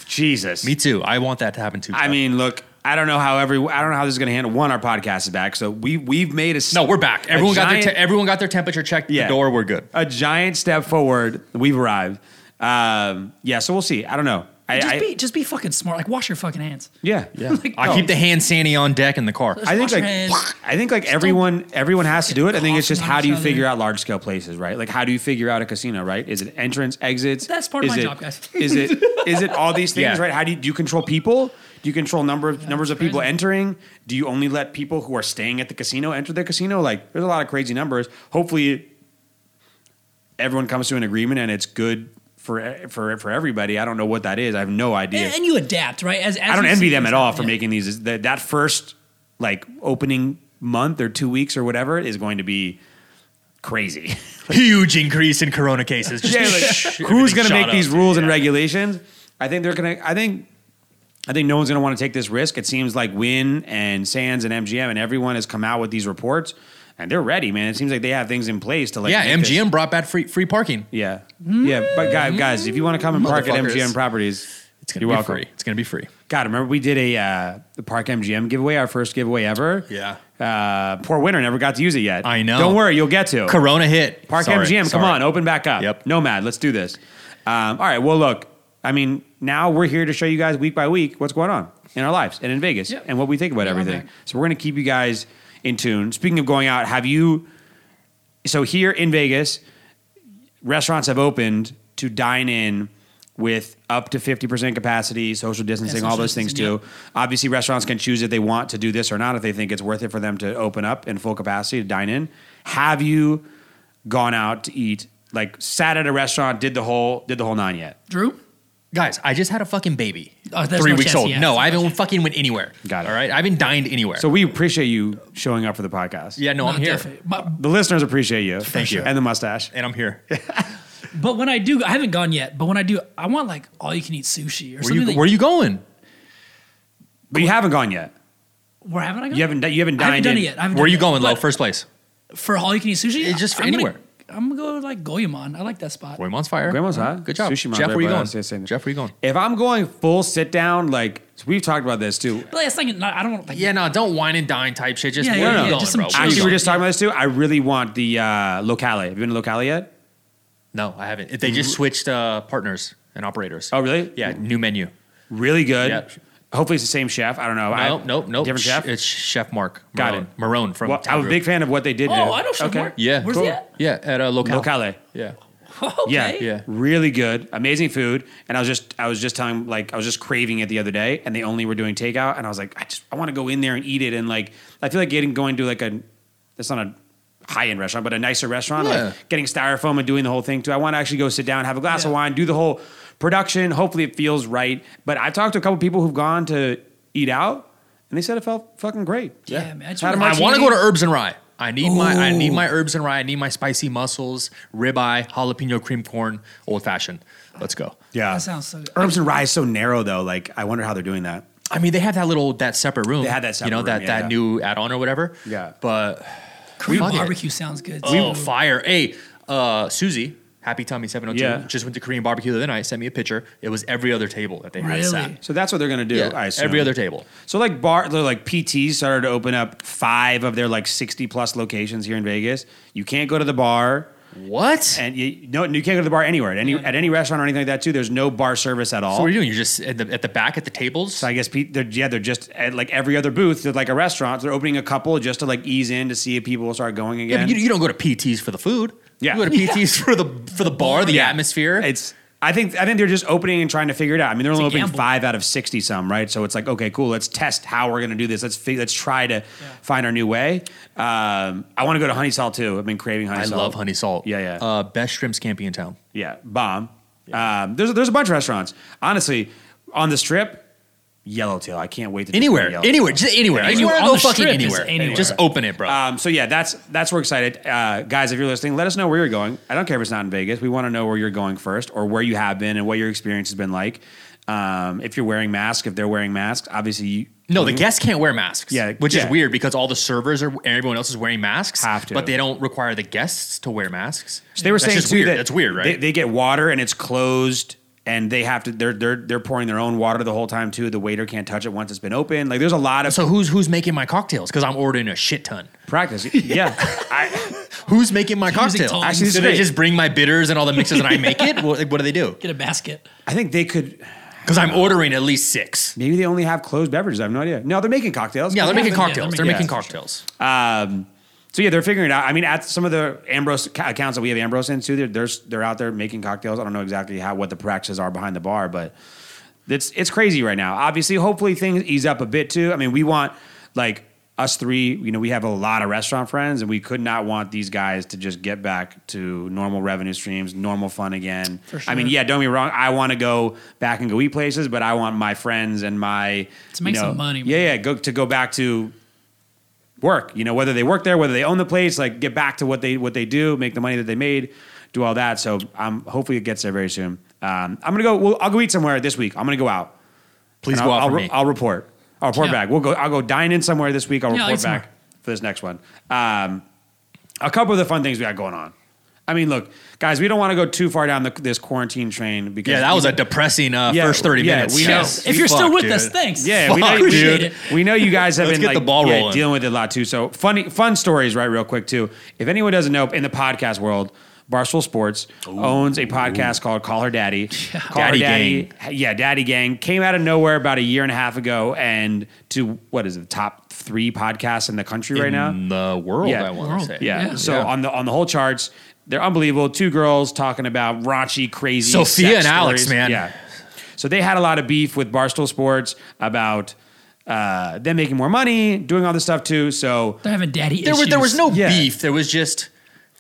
Jesus. Me too. I want that to happen too. I mean, look, I don't know how every I don't know how this is going to handle. One, our podcast is back, so we we've made a s- no, we're back. a Everyone got their giant- te- everyone got their temperature checked. at Yeah. The door. We're good. a giant step forward. We've arrived. Um, yeah, so we'll see. I don't know. I, just I be just be fucking smart. Like wash your fucking hands. yeah yeah. I keep the hand sandy on deck in the car. I think Wash your like hands. I think like everyone everyone has to do it. I think it's just coughing how on do you each figure other. out large scale places, right? Like how do you figure out a casino, right? Is it entrance, exits? That's part of Is my it- job, guys. Is it is it all these things, Yeah. right? How do you do you control people? Do you control number of numbers of that's people crazy. entering? Do you only let people who are staying at the casino enter the casino? Like there's a lot of crazy numbers. Hopefully everyone comes to an agreement and it's good for for for everybody. I don't know what that is. I have no idea. And, and you adapt, right? As, as I don't you envy see them things at all happen, for yeah. making these. That, that first like opening month or two weeks or whatever is going to be crazy. Huge increase in corona cases. Just who's everything going to make shot these up. rules and regulations? I think they're going to. I think. I think no one's going to want to take this risk. It seems like Win and Sands and MGM and everyone has come out with these reports, and they're ready, man. It seems like they have things in place to like. Yeah, make this- MGM brought back free free parking. Yeah, yeah. But guys, guys, if you want to come and park at Motherfuckers. MGM properties, It's gonna you're be welcome. free. It's gonna be free. God, remember we did a uh, the Park MGM giveaway, our first giveaway ever. Yeah. Uh, poor winner never got to use it yet. I know. Don't worry, you'll get to. Corona hit. Park Sorry, MGM, sorry. come on, open back up. Yep. Nomad, let's do this. Um, all right. Well, look, I mean, now we're here to show you guys week by week what's going on in our lives and in Vegas Yep. and what we think about Yeah, I'm everything. back. So we're going to keep you guys in tune. Speaking of going out, have you? So here in Vegas, restaurants have opened to dine in with up to 50% capacity, social distancing, all social those things distancing, too. Obviously, restaurants can choose if they want to do this or not, if they think it's worth it for them to open up in full capacity to dine in. Have you gone out to eat? Like sat at a restaurant, did the whole did the whole nine yet? Drew. Guys, I just had a fucking baby. Oh, there's Three no weeks chance old. he has. No, I haven't fucking went anywhere. Got it. All right. I haven't dined anywhere. So we appreciate you showing up for the podcast. yeah, no, No, I'm here. definitely. But, The listeners appreciate you. Thank you. And the mustache. And I'm here. but when I do, I haven't gone yet. But when I do, I want like all you can eat sushi or Where something. you that- where you going? But you haven't gone yet. where haven't I gone? You haven't you haven't I haven't dined done in. it yet. I haven't Where are done you it going, yet. Lo? First place. But for all you can eat sushi. It's just I'm gonna- anywhere. I'm gonna go to like Goemon. I like that spot. Grandma's fire. Grandma's All right, hot. Good job. Sushi Jeff, right where you by going? us. Yes, yes. Jeff, where you going? If I'm going full sit down, like so we've talked about this too. But it's like not, I don't want like Yeah, no, don't wine and dine type shit. Just Yeah, where yeah, you yeah, going, just bro? some Where you cheese. Actually, we going? we're just talking about this too. I really want the uh, locale. Have you been to locale yet? No, I haven't. They just switched uh, partners and operators. Oh, really? Yeah, new menu. Really good. Yeah. Hopefully, it's the same chef. I don't know. I- Nope, nope, nope. Different Sh- chef. It's Chef Mark. Marone. Got it. Marone from. Well, Town I'm a Group. big fan of what they did. Oh, do. I know Chef Mark. Yeah. Where's cool. he at? Yeah, at a local. Locale. Yeah. Yeah, okay. yeah, really good, amazing food. And I was just, I was just telling, like, I was just craving it the other day, and they only were doing takeout, and I was like, I just, I want to go in there and eat it, and like, I feel like getting going to like a, that's not a high end restaurant, but a nicer restaurant, Yeah. like getting styrofoam and doing the whole thing too. I want to actually go sit down, have a glass of Yeah. wine, do the whole production. Hopefully, it feels right. But I've talked to a couple people who've gone to eat out, and they said it felt fucking great. Yeah, man. I just Had a wanna- I martini. want to go to Herbs and Rye. I need my I Ooh. need my herbs and rye. I need my spicy mussels, ribeye, jalapeno cream corn, old fashioned. Let's go. Yeah, That sounds so good. Herbs and Rye is so narrow though. Like, I wonder how they're doing that. I mean, they have that little that separate room. They had that you know separate that room, yeah, that yeah. new add on or whatever. Yeah. but Korean fuck it. barbecue sounds good. oh too. fire! Hey, uh, Susie, Happy Tommy seven hundred two Yeah. just went to Korean barbecue the other night. Sent me a picture. It was every other table that they had Really? sat. So that's what they're gonna do. I assume. every other table. So like bar, they're like PTs started to open up five of their like sixty plus locations here in Vegas. You can't go to the bar, What? and you no, you can't go to the bar anywhere at any at any restaurant or anything like that too. There's no bar service at all. what So, are you doing? You're just at the at the back at the tables. I guess pe- they're, yeah, they're just at like every other booth. They're like a restaurant. They're opening a couple just to like ease in to see if people will start going Yeah, again. but you, you don't go to PTs for the food. Yeah. you go to PTs for the for the bar, the Yeah. atmosphere. It's I think I think they're just opening and trying to figure it out. I mean, they're only a opening gamble. five out of sixty some, right? So it's like, okay, cool. Let's test how we're gonna do this. Let's fi- let's try to find our new way. Um, I want to go to Honey Salt too. I've been craving Honey I Salt. love honey salt. Yeah, yeah. Uh, best shrimp scampi in town. Yeah, bomb. Um, there's there's a bunch of restaurants. Honestly, on the Strip, Yellowtail. I can't wait to just go to Anywhere, Yellowtail. anywhere, just anywhere. If you Anywhere. want to On go the fucking strip is anywhere, anywhere. just open it, bro. Um, so yeah, that's that's we're excited, uh, guys. If you're listening, let us know where you're going. I don't care if it's not in Vegas. We want to know where you're going first, or where you have been, and what your experience has been like. Um, if you're wearing masks, if they're wearing masks, obviously you, No, the guests can't wear masks. Yeah, which yeah. is weird because all the servers are and everyone else is wearing masks. Have to. but they don't require the guests to wear masks. So they were That's saying just too weird. that that's weird, right? They, they get water and it's closed, and they have to. They're they're they're pouring their own water the whole time too. The waiter can't touch it once it's been open. Like there's a lot of so who's who's making my cocktails? Because I'm ordering a shit ton. practice. Yeah, I, Who's making my Using cocktail? tongs. Actually, this is do they great. just bring my bitters and all the mixes and I make it? What, like, what do they do? Get a basket. I think they could. Because I'm ordering at least six. Maybe they only have closed beverages. I have no idea. No, they're making cocktails. Yeah, they're making yeah, they're cocktails. making- They're making yeah. cocktails. Um, so yeah, they're figuring it out. I mean, at some of the Ambrose ca- accounts that we have Ambrose in too, they're, they're they're out there making cocktails. I don't know exactly how what the practices are behind the bar, but it's it's crazy right now. Obviously, hopefully things ease up a bit too. I mean, we want like us three. You know, we have a lot of restaurant friends, and we could not want these guys to just get back to normal revenue streams, normal fun again. For I mean, sure. yeah, don't be wrong. I want to go back and go eat places, but I want my friends and my To make you know, some money, Yeah, man. yeah, go to go back to work. You know, whether they work there, whether they own the place, like get back to what they what they do, make the money that they made, do all that. So um, hopefully it gets there very soon. Um, I'm gonna go. Well, I'll go eat somewhere this week. I'm gonna go out. Please And go I'll, out I'll, for re- me. I'll report. I'll report Yeah. back. We'll go. I'll go dine in somewhere this week. I'll Yeah, I'll report eat somewhere. back for this next one. Um, a couple of the fun things we got going on. I mean, look, guys, we don't want to go too far down the, this quarantine train because Yeah, that we- was a depressing uh, Yeah, first 30 yeah, minutes. we know. Yes. If you're Fuck, still with dude. us, thanks. Yeah, we Fuck, know, appreciate dude, it. we know you guys have Let's been get like the ball yeah, rolling. dealing with it a lot too. So funny, fun stories, right? Real quick too. If anyone doesn't know, in the podcast world, Barstool Sports owns a podcast called Call Her Daddy. Call Daddy Her Daddy, yeah, Daddy Gang came out of nowhere about a year and a half ago, and to what is it, the top three podcasts in the country right now? In the world, Yeah. I want World. to say. Yeah. Yeah. So Yeah. on the on the whole charts, they're unbelievable. Two girls talking about raunchy, crazy. Sophia sex and Alex, stories. man. Yeah. So they had a lot of beef with Barstool Sports about uh, them making more money, doing all this stuff too. So They're having daddy There was, issues. there was no Yeah. beef. There was just,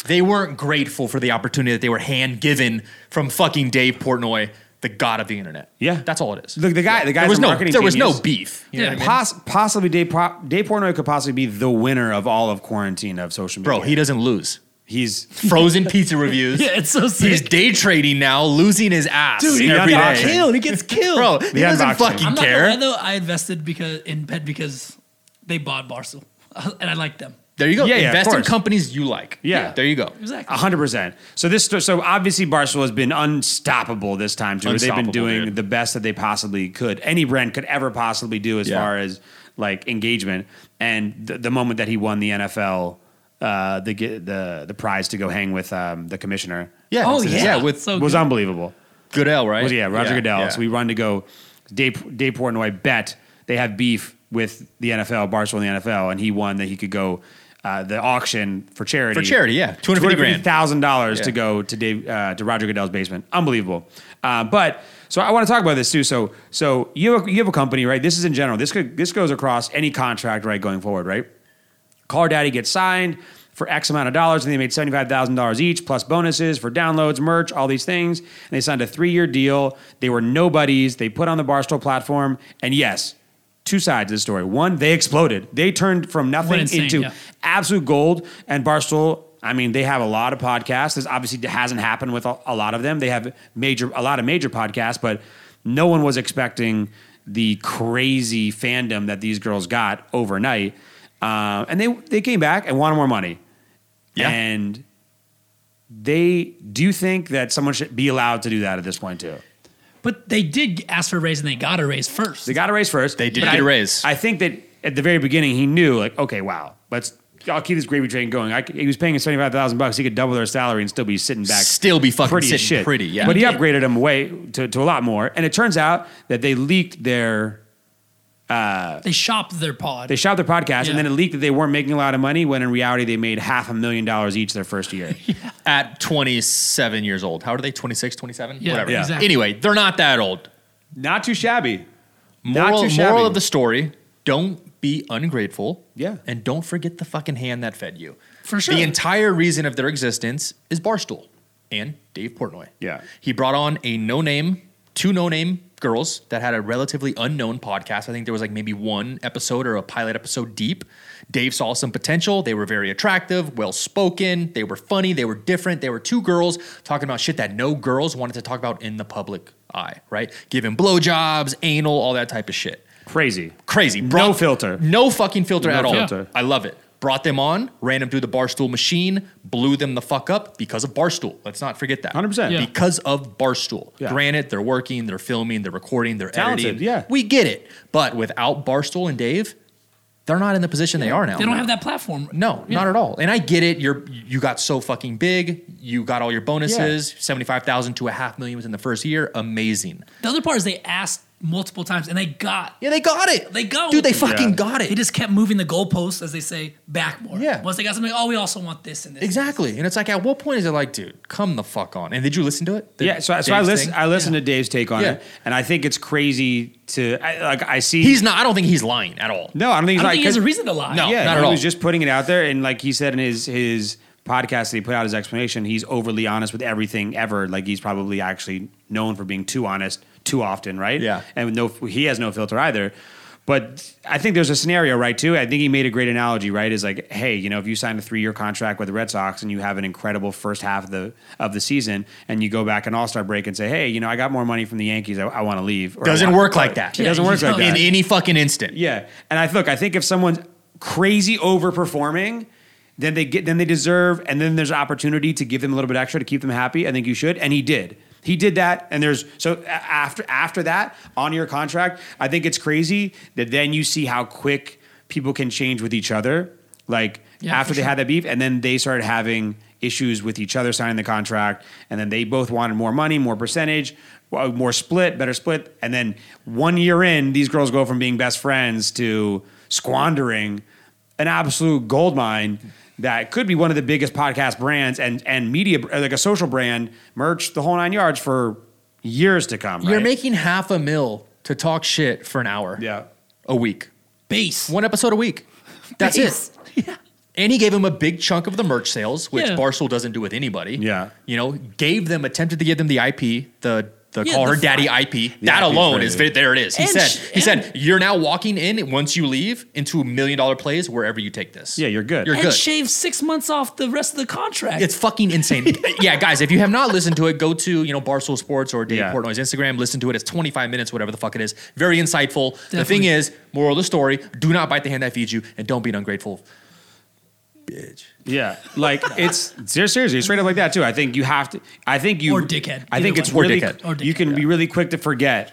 they weren't grateful for the opportunity that they were hand given from fucking Dave Portnoy, the god of the internet. Yeah. That's all it is. the, the guy, the guy's there was the no, marketing there was team no is- beef. You know Yeah, what I mean? Poss- possibly Dave, Pro- Dave Portnoy could possibly be the winner of all of quarantine of social media. Bro, he doesn't lose. he's Frozen pizza reviews. Yeah, it's so He's sick. day trading now, losing his ass Dude, he every got day. killed. He gets killed. Bro, he The doesn't unboxing. fucking I'm not care. gonna lie though. I invested because in bed because they bought Barstool, and I like them. there you go. Yeah, yeah, of Invest in course. companies you like. Yeah. There you go. Exactly. A hundred percent. So this, so obviously Barcelona has been unstoppable this time too. They've been Unstoppable, doing dude. the best that they possibly could. Any brand could ever possibly do as Yeah. far as like engagement. And the, the moment that he won the NFL, uh, the gi- the the prize to go hang with um, the commissioner Yeah. Oh it's- yeah. with so was good. unbelievable. Goodell, right? Was- yeah, Roger Goodell. yeah. So we run to go. Dave, Dave Portnoy bet they have beef with the NFL, Barcelona, and the NFL, and he won that he could go uh, the auction for charity. For charity, yeah. 250 grand. thousand dollars Yeah. to go to Dave uh, to Roger Goodell's basement. Unbelievable. Uh, but so I want to talk about this too. So so you have, a- you have a company, right? This is in general. This could this goes across any contract, right, going forward, right? Car Daddy gets signed for X amount of dollars, and they made seventy five thousand dollars each, plus bonuses for downloads, merch, all these things. And they signed a three year deal. They were nobodies. They put on the Barstool platform, and yes, two sides of the story. One, they exploded. They turned from nothing Went insane, into yeah. absolute gold. And Barstool, I mean, they have a lot of podcasts. This obviously hasn't happened with a, a lot of them. They have major, a lot of major podcasts, but no one was expecting the crazy fandom that these girls got overnight. Uh, and they they came back and wanted more money. Yeah. And they do you think that someone should be allowed to do that at this point too? But they did ask for a raise, and they got a raise first. They got a raise first. They did But get I- a raise. I think that at the very beginning, he knew like, okay, wow, let's. I'll keep this gravy train going. I, c- he was paying him seventy five thousand bucks. He could double their salary and still be sitting back, Still be fucking pretty as sitting shit. pretty, yeah. But he Yeah. upgraded him way to, to a lot more. And it turns out that they leaked their they shopped their pod. they shot their podcast, Yeah. and then it leaked that they weren't making a lot of money. When in reality, they made half a million dollars each their first year. At 27 years old. How old are they? 26, 27? Yeah, Whatever. Yeah. exactly. Anyway, they're not that old. Not too shabby. Not Moral, too shabby. moral of the story don't be ungrateful. Yeah. And don't forget the fucking hand that fed you. For sure. The entire reason of their existence is Barstool and Dave Portnoy. Yeah. He brought on a no name, two no name girls that had a relatively unknown podcast. I think there was like maybe one episode or a pilot episode deep. Dave saw some potential. They were very attractive, well spoken. They were funny. They were different. They were two girls talking about shit that no girls wanted to talk about in the public eye, right? Giving blowjobs, anal, all that type of shit. Crazy. crazy. No filter. No fucking filter No at all. filter. I love it. Brought them on, ran them through the barstool machine, blew them the fuck up because of barstool. Let's not forget that. 100%. Yeah. Because of barstool. Yeah. Granted, they're working, they're filming, they're recording, they're Talented, editing. yeah. we get it. But without barstool and Dave, they're not in the position they are now. They don't have that platform. No, not at all. And I get it. You're you got so fucking big. You got all your bonuses. Seventy five thousand to a half million within the first year. Amazing. The other part is they asked multiple times and they got. Yeah, they got it. They got dude. They it. fucking Yeah. got They it. just kept moving the goalposts, as they say, back more. Yeah. Once they got something, oh, we also want this and this. Exactly. And it's like, at what point is it like, dude, come the fuck on? And did you listen to it? The Yeah, so, I- so I Dave's listen. thing? I listen Yeah. to Dave's take on Yeah. it, and I think it's crazy to I, like. I see He's not. I don't think he's lying at all. no. I don't think I he's don't like think he has a reason to lie. No. yeah, not he at all. was just putting it out there, and like he said in his his podcast that he put out his explanation, he's overly honest with everything ever. Like he's probably actually known for being too honest too often, right? Yeah. and with no he has no filter either. But I think there's a scenario, right? Too, I think he made a great analogy, right? Is like, hey, you know, if you sign a three-year contract with the Red Sox and you have an incredible first half of the of the season, and you go back an All Star break and say, hey, you know, I got more money from the Yankees, I, I want to leave. or I Doesn't want- work like that. It doesn't Yeah, work you like don't. that. In any fucking instant. Yeah, and I look. I think if someone's crazy overperforming, then they get, then they deserve, and then there's opportunity to give them a little bit extra to keep them happy. I think you should, and he did. He did that, and there's so a- after after that on your contract. I think it's crazy that then you see how quick people can change with each other. Like Yeah, after for they sure. had that beef, and then they started having issues with each other signing the contract, and then they both wanted more money, more percentage, uh, more split, better split, and then one year in, these girls go from being best friends to squandering an absolute gold mine that could be one of the biggest podcast brands and and media uh, like a social brand merch the whole nine yards for years to come. You're right? making half a mil to talk shit for an hour. yeah. A week. Base. One episode a week. That's Base. it. And he gave him a big chunk of the merch sales, which Yeah. Barstool doesn't do with anybody. Yeah. You know, gave them, attempted to give them the IP, the the Yeah, call her the fi- daddy IP. that IP alone phrase. is ve- there it is. He And said sh- he said and- you're now walking in once you leave into million dollar plays wherever you take this. Yeah, you're good. You're And good. shave six months off the rest of the contract. It's fucking insane. yeah, guys, if you have not listened to it, go to you know Barstool Sports or Dave Yeah. Portnoy's Instagram. Listen to it. It's 25 minutes, whatever the fuck it is. Very insightful. The Definitely. thing is, moral of the story: do not bite the hand that feeds you, and don't be an ungrateful bitch. Yeah, like it's ser- seriously straight up like that too. I think you have to. I think you Or dickhead. I think Either it's one. Or really. dickhead. Or you dickhead, can be really quick to forget.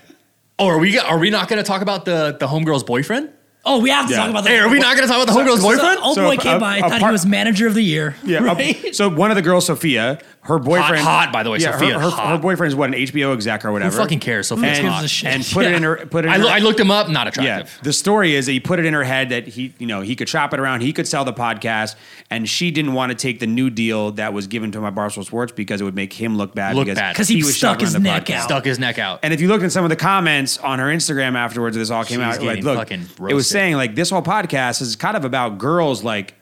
Oh, are we are we not going to talk about the the homegirl's boyfriend? oh, we have to Yeah. talk about that. Hey, are we not going to talk about the homegirl's So, boyfriend? Old So boy a- came a- by. a thought he part- was manager of the year. Yeah. uh, Right? so one of the girls, Sophia, her boyfriend, hot, by the way, yeah, her- Sophia, her, hot. her boyfriend is what an HBO exec or whatever. fucking cares? Sophia's and, hot. gives a shit? and put it in her. Put it. In I, her, lo- I looked him up. Not Yeah, attractive. the story is that he put it in her head that he, you know, he could chop it around, he could sell the podcast, and she didn't want to take the new deal that was given to my Barstool Sports because it would make him look bad. Look because bad. 'Cause he stuck shopping his on the neck podcast. out. Stuck his neck out. And if you looked at some of the comments on her Instagram afterwards, this all came She's out. Like, getting look, fucking it was roasted. saying like this whole podcast is kind of about girls. Like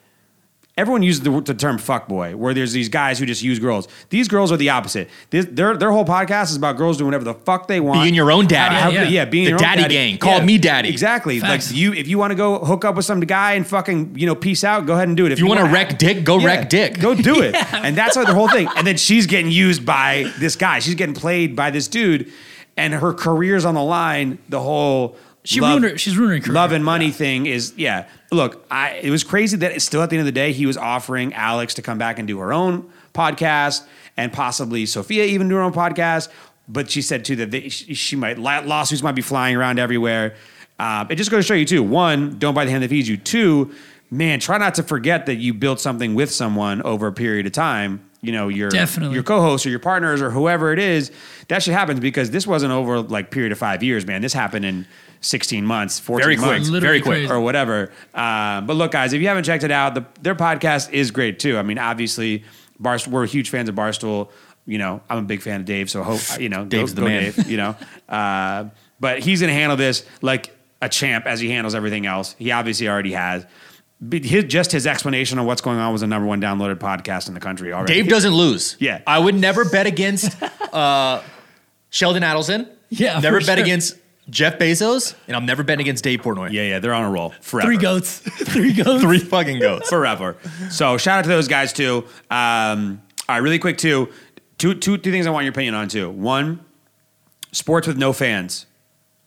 everyone uses the, the term "fuckboy," where there's these guys who just use girls. These girls are the opposite. This, their their whole podcast is about girls doing whatever the fuck they want. Being your own daddy. How- how- Yeah, yeah, yeah. being The your own daddy gang. Call me daddy. Exactly. Facts. Like you, if you want to go hook up with some guy and fucking you know peace out, go ahead and do it. If you wanna wanna- wreck dick, go wreck dick. Go do it. And that's how the whole thing. And then she's getting used by this guy. She's getting played by this dude, and her career's on the line. The whole She ruined her- she's ruining her career. Love and money thing is yeah. Look, I it was crazy that it's still at the end of the day he was offering Alex to come back and do her own podcast and possibly Sophia even do her own podcast. But she said too that they, she she might la- lawsuits might be flying around everywhere. Uh, it just goes to show you too. One, don't buy the hand that feeds you. Two, man, try not to forget that you built something with someone over a period of time. You know your Definitely. your co-hosts or your partners or whoever it is. That shit happens because this wasn't over like period of five years, man. This happened in sixteen months, fourteen Very quick. months Literally Very quick. crazy. or whatever. Uh, but look, guys, if you haven't checked it out, the, their podcast is great too. I mean, obviously, Barst- we're huge fans of Barstool. You know, I'm a big fan of Dave, so hope you know Dave's the go, go man. Dave, you know, uh, but he's gonna handle this like a champ as he handles everything else. He obviously already has. But his, just his explanation on what's going on was the number one downloaded podcast in the country already. Dave doesn't lose. Yeah. I would never bet against uh, Sheldon Adelson. Yeah, Never for bet sure. against Jeff Bezos. And I'm never betting against Dave Portnoy. yeah, yeah, they're on a roll forever. Three goats. Three goats. Three fucking goats. forever. So shout out to those guys too. Um, all right, really quick too. Two, two, two things I want your opinion on too. One, sports with no fans.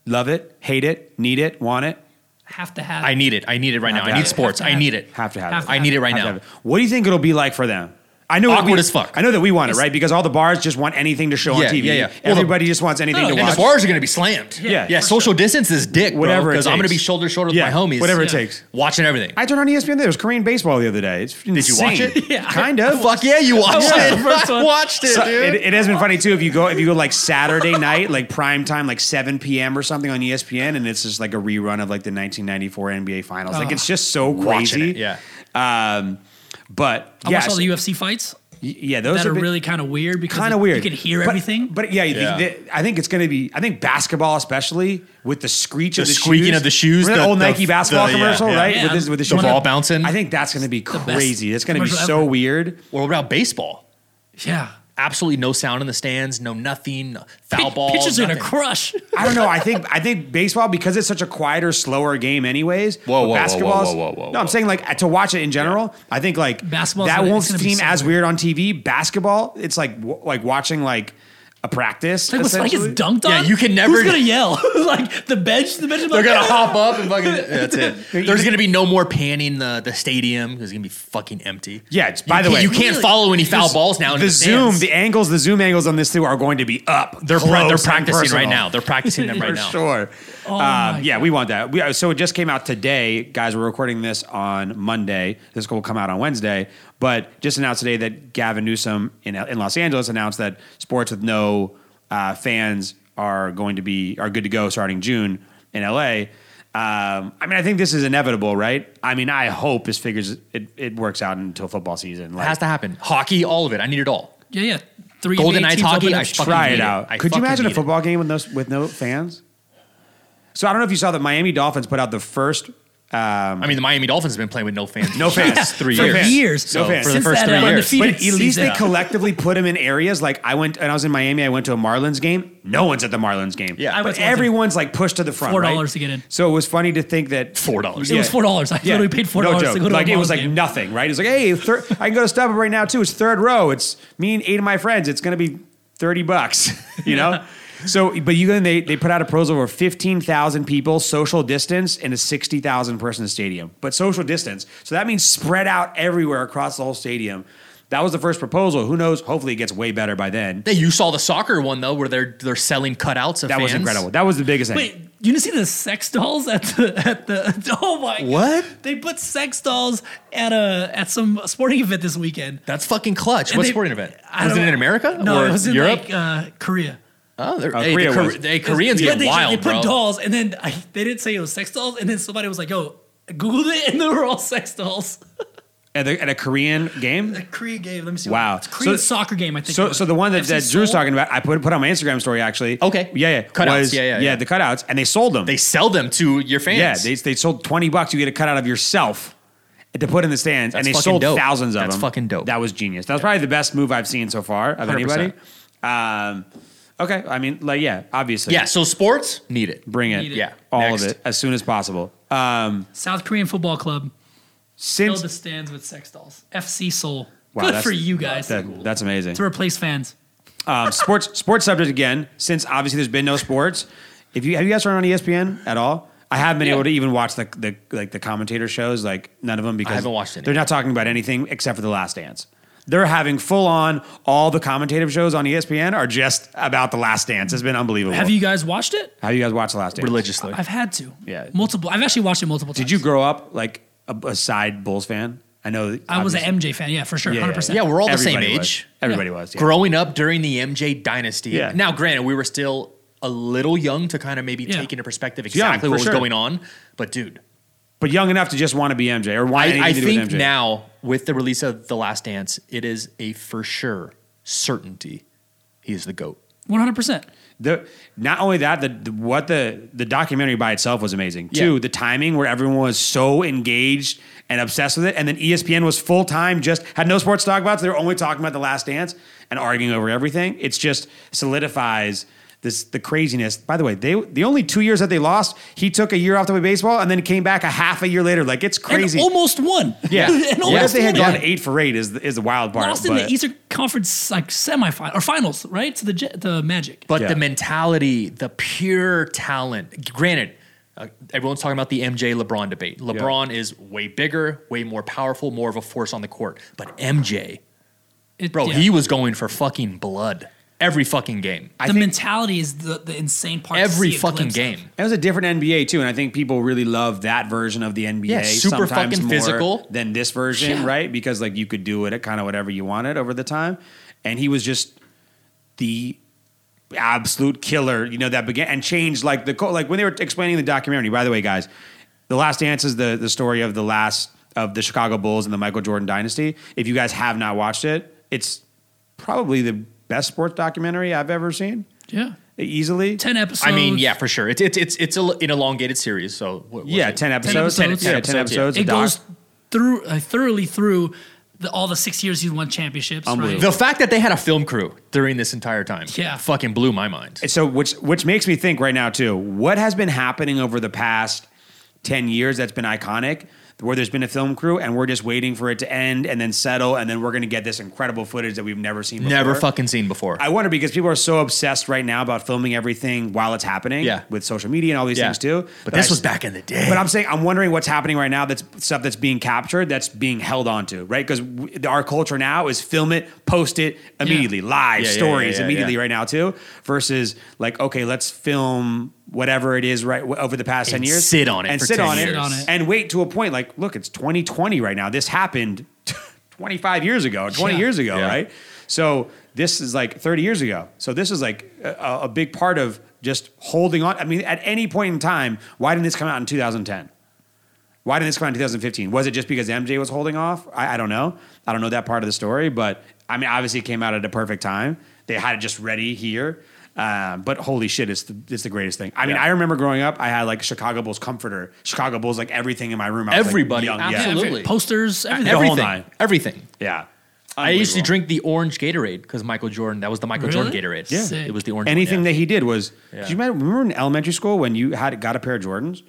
Love it, hate it, need it, want it, Have to have. I need it. I need it right now. to I have need it. sports. I need it. have to have Have it. to I need it right Have to now. have it. What do you think it'll be like for them? I know that Awkward we- as fuck. I know that we want it, It's- right? Because all the bars just want anything to show Yeah, on TV. yeah, yeah. Well, the- Everybody just wants anything No, to And watch. the bars are going to be slammed. Yeah. Yeah. For Social distance is dick, Whatever whatever. it Because I'm going to takes. be shoulder to shoulder with my Yeah, homies. whatever it Yeah. takes. Watching everything. I turned on E ESPN. There was Korean baseball the other day. It's Did you watch insane. it? Yeah. kind of. Fuck yeah, you watched Yeah. it. First I one. watched it, So dude. it, it has been funny too if you go if you go like Saturday night like prime time like 7 p.m. or something on E ESPN and it's just like a rerun of like the 1994 NBA Finals like it's just so Oh. Watching crazy it, yeah. um, but I yeah watched all so- the UFC fights y- yeah those that are are big- really kind of weird because kind of you- weird You can hear But- everything. but yeah, the- Yeah. the- I think it's gonna be I think basketball especially with the screech The of the squeaking shoes. of the shoes, Remember that the- old the- Nike basketball the- yeah, commercial yeah. right Yeah, with, this, with the, the shoes. ball bouncing. I think that's gonna be best crazy that's gonna be commercial so ever. weird Well, what about baseball? yeah. Absolutely no sound in the stands, no nothing, no foul Pitch- balls. Pitchers are gonna nothing. crush. I don't know. I think I think baseball because it's such a quieter, slower game, anyways. Whoa, but whoa, whoa, basketball's- whoa, whoa, whoa, No, I'm whoa. saying like to watch it in general. I think like Basketball's that gonna- won't it's gonna be seem so as weird. weird on TV. Basketball, it's like w- like watching like a practice. Like when somebody gets essentially. dunked on, Yeah, you can never- Who's gonna yell? like the bench, the bench. is They're like, "Ah!" gonna hop up and fucking. That's it. There's gonna be no more panning the the stadium. 'cause It's gonna be fucking empty. Yeah, it's- You by the can't- way- you can't Really? follow any foul This- balls now. in The, zoom, stands. the angles, the zoom angles on this too are going to be up. they're pra- close they're and practicing right personal. now. They're practicing them right for now. Oh sure. my um, yeah, we want that. We, uh, so it just came out today, guys. We're recording this on Monday. This will come out on Wednesday. But just announced today that Gavin Newsom in in Los Angeles announced that sports with no uh, fans are going to be are good to go starting June in LA. Um, I mean, I think this is inevitable, right? I mean, I hope this figures it, it works out until football It season. Like, has to happen. Hockey, all of it. I need it all. yeah, yeah. Three Golden NBA Knights teams hockey, open up I sh- fucking try it hate it. out. I Could you fucking imagine a hate it. football game with no with no fans? So I don't know if you saw that Miami Dolphins put out the first I mean, the Miami Dolphins have been playing with no fans. No for the fans. last three for years. years. So No fans. for the Since first that three years. undefeated but at least season. they collectively put them in areas like I went and I was in Miami. I went to a Marlins game. No one's at the Marlins game. Yeah. I but went to one too. everyone's like pushed to the front. Four right? dollars to get in. So it was funny to think that Four dollars. It was four dollars. I literally paid four dollars no to joke. go to like a it was Marlins like game. nothing, right? It was like, hey, thir- I can go to StubHub right now too. It's third row. It's me and eight of my friends. It's gonna be thirty bucks, you know. So, but you then they they put out a proposal for fifteen thousand people, social distance, in a sixty thousand person stadium. But social distance, so that means spread out everywhere across the whole stadium. That was the first proposal. Who knows? Hopefully, it gets way better by then. Hey, you saw the soccer one though, where they're they're selling cutouts of That was fans. incredible. That was the biggest thing. Wait, you didn't see the sex dolls at the at the? Oh my! God. What? They put sex dolls at a at some sporting event this weekend. That's fucking clutch. What they- sporting event? I was it don't- in America? No, or it was in Europe. like uh, Korea. oh, they're, Oh, hey, Korea the, Kor- was. hey, Koreans Yeah, get they, wild, They put bro. dolls, and then I, they didn't say it was sex dolls, and then somebody was like, "Yo, Google it," and they were all sex dolls. at, a, at a Korean game, A Korean game. Let me see. Wow. It's a Korean So- soccer game. I think. it So, was. so the one that, FC that Drew's Seoul? talking about, I put put on my Instagram story actually. Okay. Yeah, yeah. Cutouts. Was, Yeah, yeah, yeah. the cutouts, and they sold them. They sell them to your fans. yeah, they they sold twenty bucks. You get a cutout of yourself to put in the stands, That's and they fucking sold dope. thousands of That's them. fucking dope. That was genius. That was probably the best move I've seen so far of 100%. anybody. Um, okay, I mean, like, yeah, obviously, yeah. So sports need it. bring it, Need it. Yeah, all next. of it as soon as possible. Um, South Korean football club filled since the stands with sex dolls. FC Seoul. Wow, Good that's- for you guys that- that's amazing. to replace fans. Um, sports sports subject again. Since obviously there's been no sports, if you have you guys turned on E ESPN at all? I haven't been Yeah. able to even watch the, the like the commentator shows, like none of them because haven't watched any. they're not talking about anything except for the Last Dance. They're having full on all the commentator shows on E ESPN are just about the Last Dance. It's been unbelievable. Have you guys watched it? Have you guys watched the Last Dance? Religiously. I've had to. Yeah. Multiple. I've actually watched it multiple times. Did you grow up like a, a side Bulls fan? I know. that I was obviously- an MJ fan. Yeah, for sure. Yeah, yeah, Hundred percent. yeah, we're all the same Everybody was. age. Everybody was. yeah. Growing up during the MJ dynasty. Yeah. Now, granted, we were still a little young to kind of maybe Yeah. take into perspective young, exactly for what was sure. going on. But dude, but young enough to just want to be MJ or want anything I, I to do with think MJ. now with the release of The Last Dance, it is a for sure certainty he is the goat. One hundred percent. The not only that, the, the what the the documentary by itself was amazing. Yeah. Two, the timing where everyone was so engaged and obsessed with it, and then E ESPN was full time, just had no sports to talk about, so they were only talking about the Last Dance and arguing over everything. It's just solidifies this the craziness. By the way, they the only two years that they lost, he took a year off to play baseball and then came back a half a year later. Like it's crazy. And almost won. yeah, and yeah. almost What if they had won it. gone eight for eight? Is the, is the wild part? Lost in the but- Eastern Conference like semifinal or finals, right? To the Jet, the Magic. But Yeah. the mentality, the pure talent. Granted, uh, everyone's talking about the MJ LeBron debate. LeBron is way bigger, way more powerful, more of a force on the court. But MJ, It- bro, yeah. he was going for fucking blood every fucking game. the mentality is the, the insane part. to every see a fucking glimpse game. of. It was a different NBA too, and I think people really love that version of the NBA. Yeah, super sometimes fucking more physical. than this version, Yeah. right? Because like you could do it at kind of whatever you wanted over the time, and he was just the absolute killer. You know that began and changed like the co- like when they were explaining the documentary. By the way, guys, the Last Dance is the the story of the last of the Chicago Bulls and the Michael Jordan dynasty. If you guys have not watched it, it's probably the best sports documentary I've ever seen. Yeah, Easily, ten episodes. I mean, yeah, for sure. It's it's it's it's a, an elongated series. So what, was yeah, it? ten episodes. episodes. Yeah, ten Ten episodes, yeah. episodes. a it doc. goes through uh, thoroughly through the, all the six years he's won championships. Right? Unbelievable. The fact that they had a film crew during this entire time, Yeah. fucking blew my mind. So which which makes me think right now too. What has been happening over the past ten years that's been iconic, where there's been a film crew and we're just waiting for it to end and then settle, and then we're gonna get this incredible footage that we've never seen. before. Never fucking seen before. I wonder because people are so obsessed right now about filming everything while it's happening. Yeah. With social media and all these Yeah. things too. But that this I- was back in the day. But I'm saying I'm wondering what's happening right now. That's stuff that's being captured, that's being held onto, right? Because our culture now is film it, post it immediately, live Yeah, yeah, stories yeah, yeah, immediately yeah. right now too. Versus like, okay, let's film whatever it is right over the past And ten years, sit on it and for sit, 10 on years. It, Sit on it. and wait to a point. Like, look, it's 2020 right now. This happened 25 years ago, 20 Yeah. years ago, Yeah. right? So this is like 30 years ago. So this is like a, a big part of just holding on. I mean, at any point in time, why didn't this come out in 2010? Why didn't this come out in 2015? Was it just because MJ was holding off? I, I don't know. I don't know that part of the story, but I mean, obviously, it came out at a perfect time. They had it just ready here. Um, but holy shit, it's the, it's the greatest thing. I mean, Yeah. I remember growing up, I had like Chicago Bulls comforter, Chicago Bulls, like everything in my room. I was, like, Everybody, young, absolutely. Absolutely. posters, everything. whole everything, nine. everything. Yeah. yeah. I used to Unbelievable. drink the orange Gatorade because Michael Jordan. That was the Michael Jordan Really? Gatorade. Yeah. Sick. it was the orange. Anything one, that yeah. he did was. Yeah. Do you remember, remember in elementary school when you had got a pair of Jordans?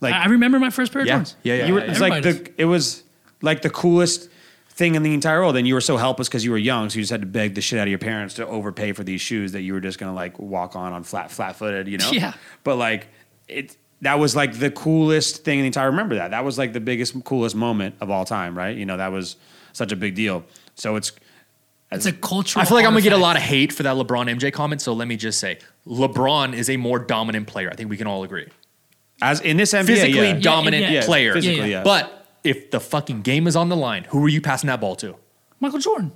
Like I I remember my first pair of Yeah. Jordans. Yeah, yeah, you were, yeah, it's yeah. like the it was like the coolest thing in the entire world and you were so helpless because you were young so you just had to beg the shit out of your parents to overpay for these shoes that you were just gonna like walk on on flat flat footed you know Yeah. but like it that was like the coolest thing in the entire I remember that that was like the biggest coolest moment of all time right you know that was such a big deal so it's It's a cultural. I feel like I'm gonna get a artifact. lot of hate for that LeBron MJ comment. So let me just say, LeBron is a more dominant player. I think we can all agree. as in this NBA Physically yeah. dominant yeah, yeah. player. physically Yeah, yeah. yeah But if the fucking game is on the line, who are you passing that ball to? Michael Jordan.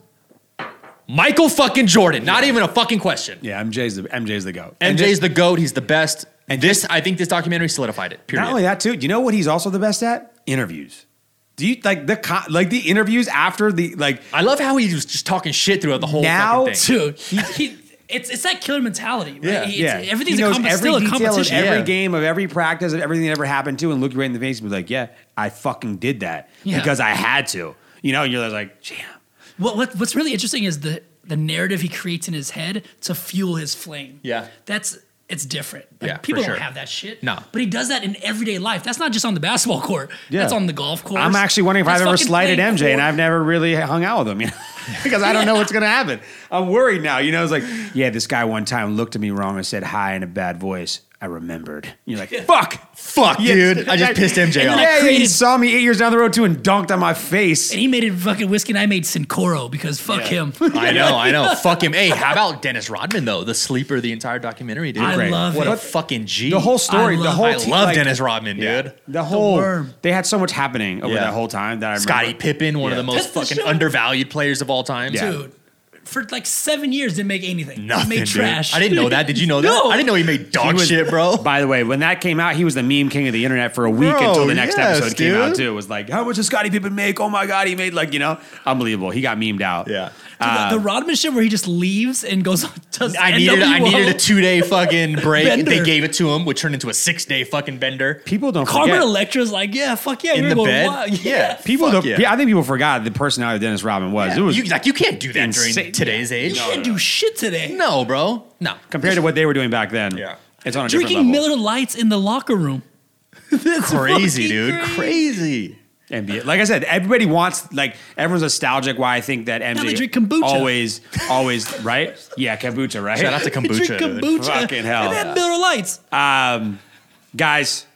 Michael fucking Jordan. Not even a fucking question. yeah MJ's the MJ's the goat And MJ's the goat. He's the best. And And this, I think, this documentary solidified it. Period. Not only that, too. You know what he's also the best at? Interviews. Do you like the co- like the interviews after the like? I love how he was just talking shit throughout the whole Now, fucking thing. dude. He, it's it's that killer mentality. Right? Yeah, He- yeah, it's- Everything's he knows a comp- every still a detail competition. of every Yeah. game of every practice of everything that ever happened to, and looked you right in the face and be like, "Yeah, I fucking did that Yeah. because I had to." You know, and you're like, "Damn." What, what what's really interesting is the the narrative he creates in his head to fuel his flame. Yeah. that's it's different. Like, Yeah, for people sure. don't have that shit. No. but he does that in everyday life. That's not just on the basketball court. Yeah. that's on the golf course. I'm actually wondering if That's I've ever fucking slighted playing MJ, and court. I've never really hung out with him, you know, because I don't know what's gonna happen. I'm worried now. You know, it's like, yeah, this guy one time looked at me wrong and said hi in a bad voice. I remembered. You're like, fuck, fuck, dude. I just pissed MJ And off. Yeah, yeah, he Created- saw me eight years down the road too and dunked on my face. And he made it fucking whiskey, and I made Sincoro because fuck him. I know, I know. Fuck him. Hey, how about Dennis Rodman though? The sleeper, the entire documentary, dude. I Great. love what it. a fucking G. The whole story, I the love- whole I team, love like, Dennis Rodman, yeah, dude. the whole worm. they had so much happening over Yeah. that whole time that I remember. Scottie Pippen, one of Yeah. the most That's the fucking show. undervalued players of all time. Yeah. Dude, for like seven years, didn't make anything. He Nothing, made dude. trash. I didn't know that. Did you know that? No. I didn't know he made dog was- shit, bro. By the way, when that came out, he was the meme king of the internet for a week Bro, until the next yes, episode came out dude. too. It was like, how much does Scottie Pippen make? Oh my god, he made like you know, unbelievable. He got memed out. Yeah. Dude, the- the, Rodman shit where he just leaves and goes on. Does Um, I needed, I NWO. needed a two day fucking break. Bender. They gave it to him, which turned into a six day fucking bender. People don't Carmen forget. Electra's like, yeah, fuck yeah, In you're the going bed? wild. Yeah. people Fuck don't. yeah. I think people forgot the personality of Dennis Rodman was. It was You, like you can't do that insane. during today's You age. can't do shit today. No, bro. No. compared to what they were doing back then. Yeah. it's on a Drinking different level. Miller Lights in the locker room. That's Crazy, fucking dude. Crazy. NBA. Like I said, everybody wants like everyone's nostalgic. Why I think that MJ they drink kombucha. always, always right. Yeah, kombucha, right? Shout out to They kombucha. Drink dude. kombucha. Fucking hell. And had Miller Lights. um, guys,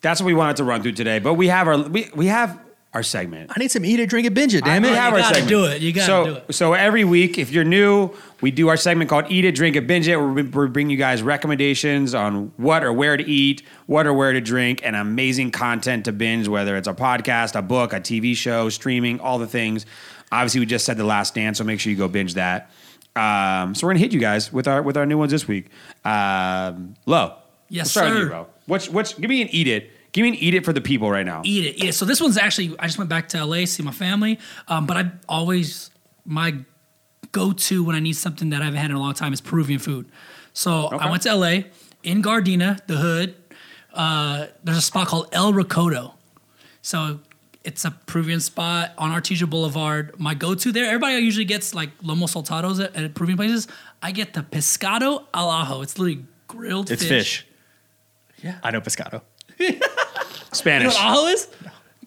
that's what we wanted to run through today. But we have our we, we have our segment. I need some eat it, drink it, binge it. Damn We it. have You our gotta segment. do it. You gotta so, do it. So every week, if you're new, we do our segment called Eat It, Drink It, Binge It. We're, we're bringing you guys recommendations on what or where to eat, what or where to drink, and amazing content to binge, whether it's a podcast, a book, a TV show, streaming, all the things. Obviously, we just said The Last Dance, so make sure you go binge that. Um, so we're gonna hit you guys with our with our new ones this week. Um, Lo, we'll Yes, start with sir. you, bro. What's what's? Give me an eat it. Give me an eat it for the people right now. eat it, eat it. So this one's actually I just went back to LA see my family, um, but I always my go to when I need something that I haven't had in a long time is Peruvian food. So Okay. I went to LA in Gardena, the hood. Uh, there's a spot called El Rocoto. So it's a Peruvian spot on Artesia Boulevard. My go to there, everybody usually gets like lomo saltados at, at Peruvian places. I get the pescado al ajo. It's literally grilled It's fish. Yeah. I know pescado. You know Spanish. what ajo is?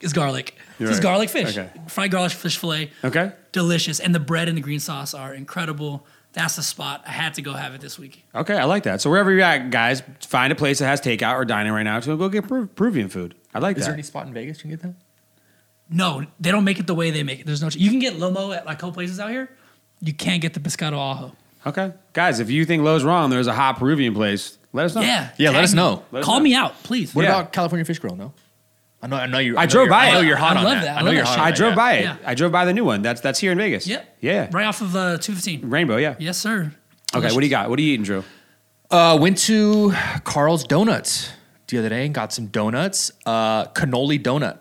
It's garlic. You're it's right. garlic fish. Okay. Fried garlic fish fillet. Okay. Delicious. And the bread and the green sauce are incredible. That's the spot. I had to go have it this week. Okay, I like that. So wherever you're at, guys, find a place that has takeout or dining right now to go get Peru- Peruvian food. I like that. spot in Vegas you can get that? No, they don't make it the way they make it. There's no. You can get lomo at like whole places out here. You can't get the pescado ajo. okay, guys, if you think Lowe's wrong, there's a hot Peruvian place. Let us know. Yeah. Yeah, let tag us me. know. Let us Call know. me out, please. What Yeah. about California Fish Grill? No. I know. I know you. I know drove you're- by I know it. you're hot I on love that. that. I I know love you're that hot. shit. I drove by it. Yeah. I drove by the new one. That's that's here in Vegas. Yep. Yeah. Right off of uh, 215. Rainbow. Yeah. Yes, sir. Okay. What do you got? What are you eating, Drew? Uh, went to Carl's Donuts the other day and got some donuts. Uh, cannoli donut.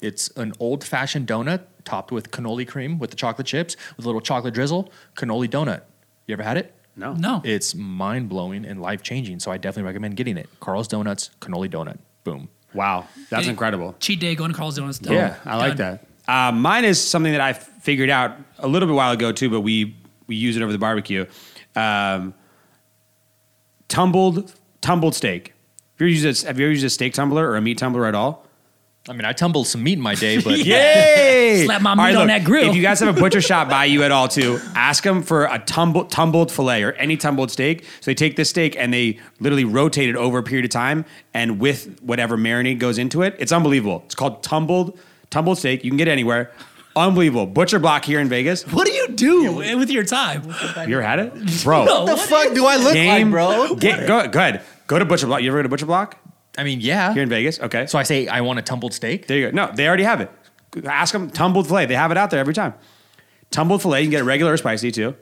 It's an old fashioned donut topped with cannoli cream with the chocolate chips with a little chocolate drizzle. Cannoli donut. You ever had it? No. No. It's mind blowing and life changing. So I definitely recommend getting it. Carl's Donuts, cannoli donut. Boom. Wow, that's Did- incredible. Cheat day going to Carl's Donuts. Done. Yeah, I like Done. that. Uh, mine is something that I figured out a little bit while ago too, but we we use it over the barbecue. Um, tumbled tumbled steak. Have you, ever used a, have you ever used a steak tumbler or a meat tumbler at all? I mean, I tumbled some meat in my day, but Yay! Slap my All meat on that grill. If you guys have a butcher shop by you at all, too, ask them for a tumbled tumbled fillet or any tumbled steak. So they take this steak and they literally rotate it over a period of time, and with whatever marinade goes into it, it's unbelievable. It's called tumbled tumbled steak. You can get it anywhere. Unbelievable. Butcher Block here in Vegas. What do you do with your time? You ever had it, bro? No. the What fuck do I look like, Game, bro? Get, go, go ahead. Go to Butcher Block. You ever go to Butcher Block I mean, here yeah. in Vegas? Okay. So I say I want a tumbled steak. There you go. No, they already have it. Ask them tumbled fillet. They have it out there every time. Tumbled fillet. You can get it regular or spicy too.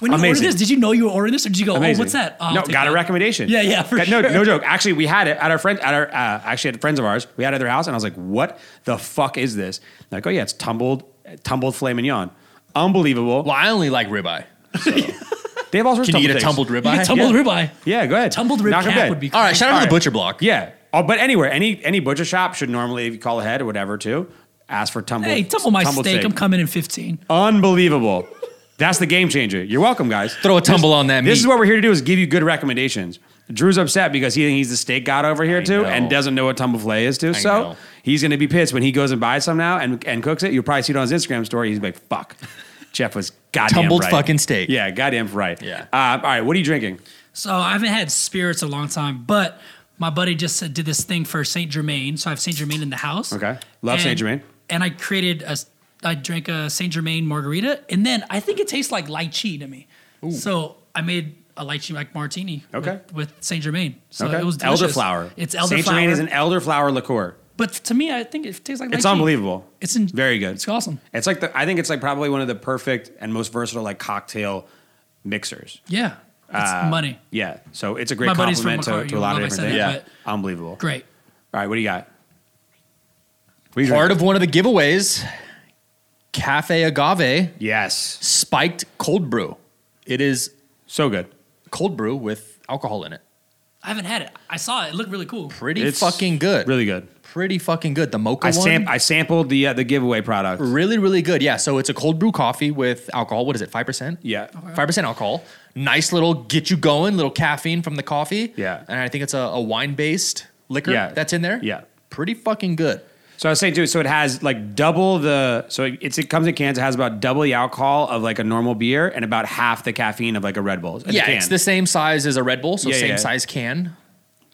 When you Amazing. ordered this, did you know you were ordering this, or did you go, Amazing. "Oh, what's that?" Oh, I'll no, take got a that. recommendation. Yeah, yeah, for Got- no, sure. no joke. Actually, we had it at our friend at our uh, actually at friends of ours. We had it at their house, and I was like, "What the fuck is this?" They're like, oh yeah, it's tumbled tumbled filet mignon. Unbelievable. Well, I only like ribeye. They have all sorts Can of you get a things. tumbled You ribeye? get tumbled Yeah. ribeye. Yeah, go ahead. Tumbled rib Knock 'em cap dead. would be. All right, shout out to the butcher block. Yeah. Oh, but anywhere, any any butcher shop should normally if you call ahead or whatever too. Ask for tumbled. Hey, tumble my tumbled steak. I'm coming in 15. Unbelievable. That's the game changer. You're welcome, guys. Throw a tumble on that meat. This is what we're here to do: is give you good recommendations. Drew's upset because he he's the steak god over here I too, know. and doesn't know what tumble filet is too. so know. he's going to be pissed when he goes and buys some now and, and cooks it. You'll probably see it on his Instagram story. He's like, "Fuck, Jeff was goddamn Tumbled right. fucking steak. Yeah, goddamn right. Yeah. Uh, all right, what are you drinking? So I haven't had spirits in a long time, but my buddy just said, did this thing for Saint Germain. So I have Saint Germain in the house. Okay. Love Saint And- Germain. And I created a, s- I drank a Saint Germain margarita, and then I think it tastes like lychee to me. So I made a lychee like martini. Okay. With, with Saint Germain. So Okay, it was delicious. elderflower. It's elderflower. Saint Germain is an elderflower liqueur. but to me, I think it tastes like. It's lychee. unbelievable. It's in, Very good. It's awesome. It's like the I think it's like probably one of the perfect and most versatile like cocktail mixers. Yeah. It's Uh, money. Yeah. So it's a great My buddy's from compliment to, Macau. to a You'll lot of love I different things. said that, Unbelievable. Great. All right, what do you got? Part of one of the giveaways, Cafe Agave Yes. Spiked Cold Brew. It is So good. cold brew with alcohol in it. I haven't had it. I saw it. It looked really cool. Pretty It's fucking good. Really good. Pretty fucking good. The mocha I, one. sam- I sampled the uh, the giveaway product. Really, really good. Yeah. So it's a cold brew coffee with alcohol. What is it? Five percent. Yeah. Five percent alcohol. Nice little get you going, little caffeine from the coffee. Yeah. And I think it's a, a wine based liquor Yeah. that's in there. Yeah. Pretty fucking good. So I was saying too. So it has like double the. So it- it's it comes in cans. It has about double the alcohol of like a normal beer and about half the caffeine of like a Red Bull. in a yeah. can. It's the same size as a Red Bull, so Yeah, same yeah. size can.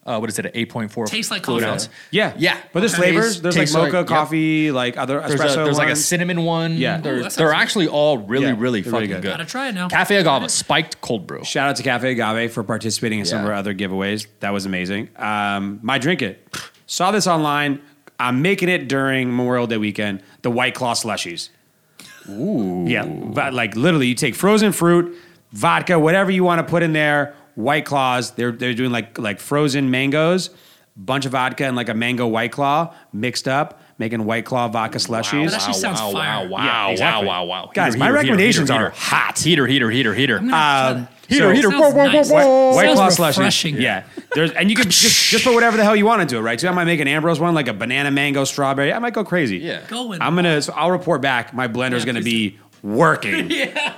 Uh, what is it? An eight point four. Tastes like fluid coffee. ounce. Yeah, Yeah. But there's Okay. flavors. There's like Tastes like- mocha, yep. coffee, like other There's, espresso. a, there's like a ones. cinnamon one. Yeah. Ooh, They're, that sounds they're good. actually all really, Yeah, really they're fucking really good. good. Gotta try it now. Cafe Agava spiked cold brew. Shout out to Cafe Agave for participating in some of Yeah. our other giveaways. That was amazing. Um, my drink it. Saw this online. I'm making it during Memorial Day weekend. The White Claw slushies. Ooh. Yeah, but like literally, you take frozen fruit, vodka, whatever you want to put in there. White Claws. They're they're doing like like frozen mangoes, bunch of vodka and like a mango White Claw mixed up, making White Claw vodka slushies. That actually sounds wow, fire. Wow, wow, Yeah, exactly. wow, wow, wow. Guys, my recommendations are hot. Heater, heater, heater, heater. gonna have to try that. heater, heater, Sounds whoa, whoa, nice. whoa, whoa. Um, White Sounds Claw slushy. refreshing. Yeah. There's and you can just, just put whatever the hell you want into it, right? So I might make an Ambrose one, like a banana, mango, strawberry. I might go crazy. Yeah. Going I'm gonna. So I'll report back. My blender's Yeah, gonna please be working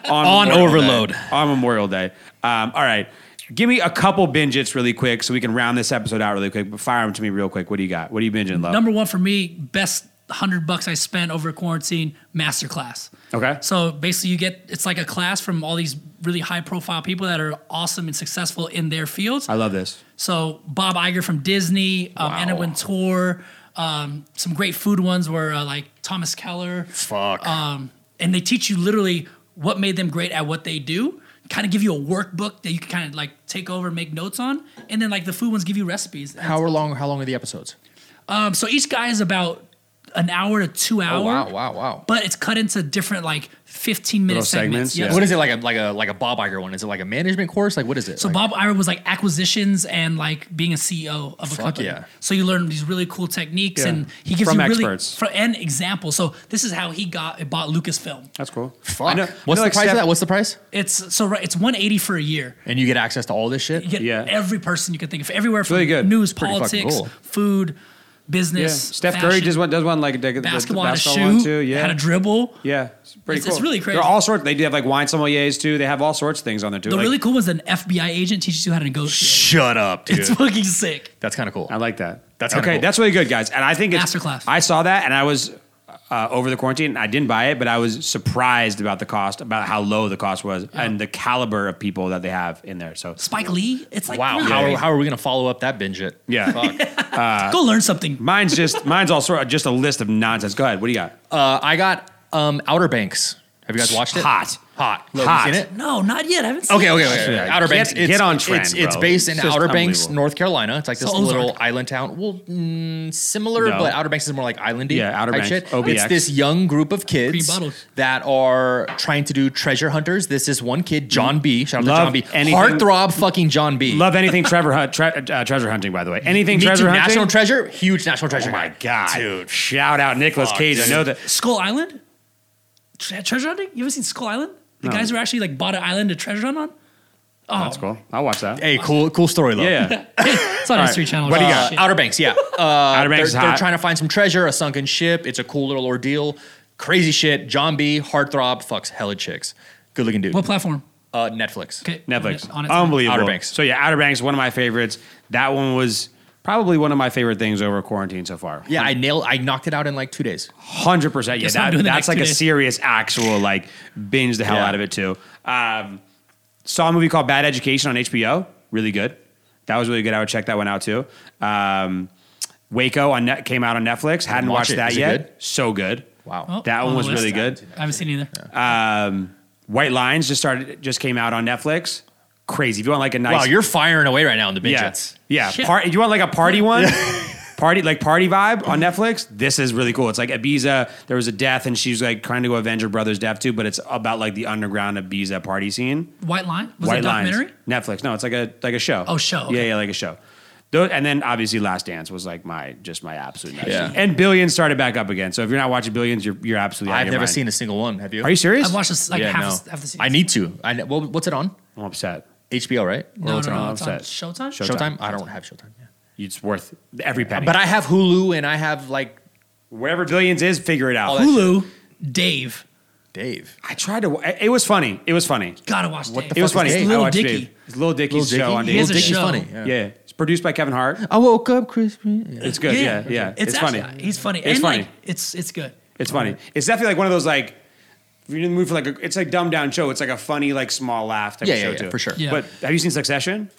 on, On Memorial Day. overload. on Memorial Day. Um, all right. Give me a couple binges really quick so we can round this episode out really quick. But fire them to me real quick. What do you got? What are you binging, love? Number one for me, best hundred bucks I spent over quarantine, masterclass. Okay. So basically, you get it's like a class from all these really high profile people that are awesome and successful in their fields. I love this. So Bob Iger from Disney, um, Anna Wintour, um, some great food ones were uh, like Thomas Keller. Fuck. Um, and they teach you literally what made them great at what they do. Kind of give you a workbook that you can kind of like take over and make notes on, and then like the food ones give you recipes. how are long? How long are the episodes? Um, so each guy is about an hour to two Oh, hour. wow, wow, wow. But it's cut into different like fifteen minute Little segments, segments. Yep. yeah. What is it like? A like a like a Bob Iger one? Is it like a management course? Like what is it? So Like- Bob Iron was like acquisitions and like being a CEO of a company. yeah. So you learn these really cool techniques Yeah. and he gives From you really experts. fr- and examples. So this is how he got bought Lucasfilm. That's cool. fuck. I know- I What's know, the like, price of Steph- that? What's the price? It's so right. It's one eighty for a year. And you get access to all this shit. You get Yeah. every person you can think of, everywhere from really good. news, Pretty fucking politics, cool. food, Yeah. business. Steph Curry fashion, just went, does one like the, the- the basketball, had a basketball shoot, one too. Yeah. had a dribble. Yeah, it's pretty It's- cool. it's really crazy. They're all sorts. They do have like wine sommeliers too. They have all sorts of things on there too. The Like, really cool one's an FBI agent teaches you how to negotiate. Shut up, dude. It's fucking sick. That's kind of cool. I like that. That's kinda okay. cool. That's really good, guys. And I think it's Masterclass. I saw that and I was uh, over the quarantine. I didn't buy it, but I was surprised about the cost, about how low the cost was, and the caliber of people that they have in there. So Spike Lee. It's like Wow. really How, are, crazy. how are we gonna follow up that binge it? Yeah. Fuck. go learn something. mine's just mine's all sort of just a list of nonsense. Go ahead. What do you got? uh, I got um, Outer Banks. Have you guys watched it? Hot. Hot. Look, Hot. You seen it? No, not yet. I haven't seen Okay, it. okay, okay. okay. Yeah, Outer get- Banks. it's, get on trend, It's, it's bro. based in It's just Outer Banks, unbelievable. North Carolina. It's like this So Ozark. little island town. Well, mm, similar, No. but Outer Banks is more like islandy. Yeah, Outer type Banks, Shit. It's OBX. this young group of Green kids bottles. that are trying to do treasure hunters. This is one kid, John B. Shout out Love to John B. anything- Heartthrob, fucking John B. Love anything Trevor hunt, tre- uh, treasure hunting, by the way. Anything Me treasure Too, hunting. national treasure, huge national treasure. oh my guy. god, dude. Shout out Nicholas Fuck, Cage. dude. I know that. Skull Island? Tre- treasure hunting? You ever seen Skull Island? The No. guys who actually like bought an island to treasure hunt on? Oh, That's cool. I'll watch that. Hey, cool, cool story, love. Yeah. It's All on right. History Channel. What do you Oh, got? shit. Outer Banks, yeah. Uh, Outer Banks is they're, they're hot. trying to find some treasure, a sunken ship. It's a cool little ordeal. Crazy shit. John B. Heartthrob fucks hella chicks. Good looking dude. What platform? Uh, Netflix. Okay. Netflix. On it- on its own. Unbelievable. Outer Banks. So yeah, Outer Banks, one of my favorites. That one was probably one of my favorite things over quarantine so far. Yeah, I nailed. I knocked it out in like two days. hundred percent. Yeah, Guess I'm that- doing the that's next like two a days. serious actual like binge the hell Yeah. out of it too. Um, saw a movie called Bad Education on HBO. Really good. That was really good. I would check that one out too. Um, Waco on net came out on Netflix. Hadn't watch watched it. that Is it yet. good? So good. Wow. Oh, That one on the was list. really good. I haven't seen either. Um, White Lines just started. Just came out on Netflix. Crazy. If you want like a nice Wow, you're firing away right now in the binge. Yeah. hits. Yeah. Shit. Par- you want like a party one? party like party vibe on Netflix? This is really cool. It's like Ibiza, there was a death and she's like trying to go avenge her brother's death too, but it's about like the underground Ibiza party scene. White Line? Was it a White Lines. documentary? Netflix. No, it's like a like a show. Oh, show. Yeah, Okay. yeah, like a show. Tho- and then obviously Last Dance was like my just my absolute night. Yeah. And Billions started back up again. So if you're not watching Billions, you're you're absolutely I've out of your never mind. seen a single one. Have you? Are you serious? I've watched this, like yeah, half, no. half the season. I need to. I know- well, what's it on? I'm upset. HBO, right? Or No, it's no, on no, on it's on offset. Showtime. Showtime. Showtime. I don't have Showtime. Yeah. It's worth every penny. But I have Hulu and I have like whatever billions is, figure it out. that- Hulu. Dave. Dave. I tried to. It was funny. It was funny. Gotta watch Dave. the It was fuck funny. is It's Dave? I Little watched Dicky. Dave. It's Little Dicky's show on He has Dave. a Dicky's show. funny. Yeah. it's produced by Kevin Hart. I woke up Christmas. It's good. Yeah, yeah. It's, funny. actually- He's funny. It's and funny. Like, it's it's good. It's funny. It's definitely like one of those like if you're in the mood for like a, it's like dumbed down show. It's like a funny like small laugh type Yeah, of show yeah, yeah, too. for sure. Yeah. But have you seen Succession?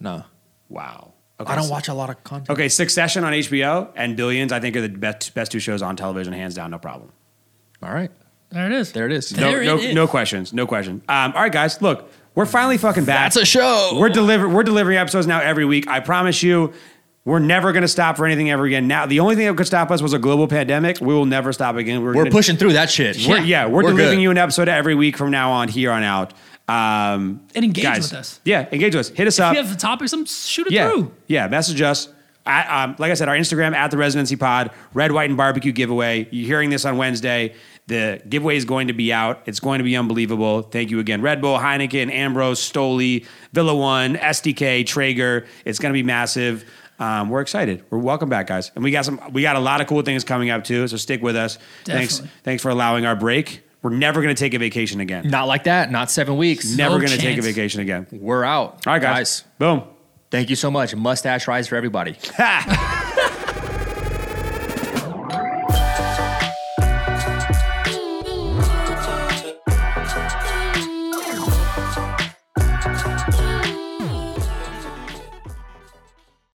No. Wow. I don't watch a lot of content. Okay, Succession on HBO and Billions. I think are the best best two shows on television, hands down, no problem. All right. There it is. There it is. No, There it no, is. no questions. No question. Um, all right, guys, look, we're finally fucking back. That's a show. We're deliver we're delivering episodes now every week. I promise you, we're never gonna stop for anything ever again. Now, the only thing that could stop us was a global pandemic. We will never stop again. We're gonna- pushing through that shit. We're, yeah, we're, We're delivering good. you an episode every week from now on, here on out. Um, And engage guys, with us. Yeah, engage with us. Hit us If up. you have the topics, um, shoot it yeah, through. yeah. Message us. I, um, like I said, our Instagram at the Residency Pod, Red, White, and Barbecue giveaway. You're hearing this on Wednesday. The giveaway is going to be out. It's going to be unbelievable. Thank you again, Red Bull, Heineken, Ambrose, Stoli, Villa One, SDK, Traeger. It's going to be massive. Um, we're excited. We're welcome back, guys, and we got some. We got a lot of cool things coming up too. So stick with us. Thanks. Definitely. Thanks for allowing our break. We're never going to take a vacation again. Not like that. Not seven weeks. never no going to chance. take a vacation again. We're out. All right, guys. Boom. Thank you so much. Mustache rise for everybody. Ha!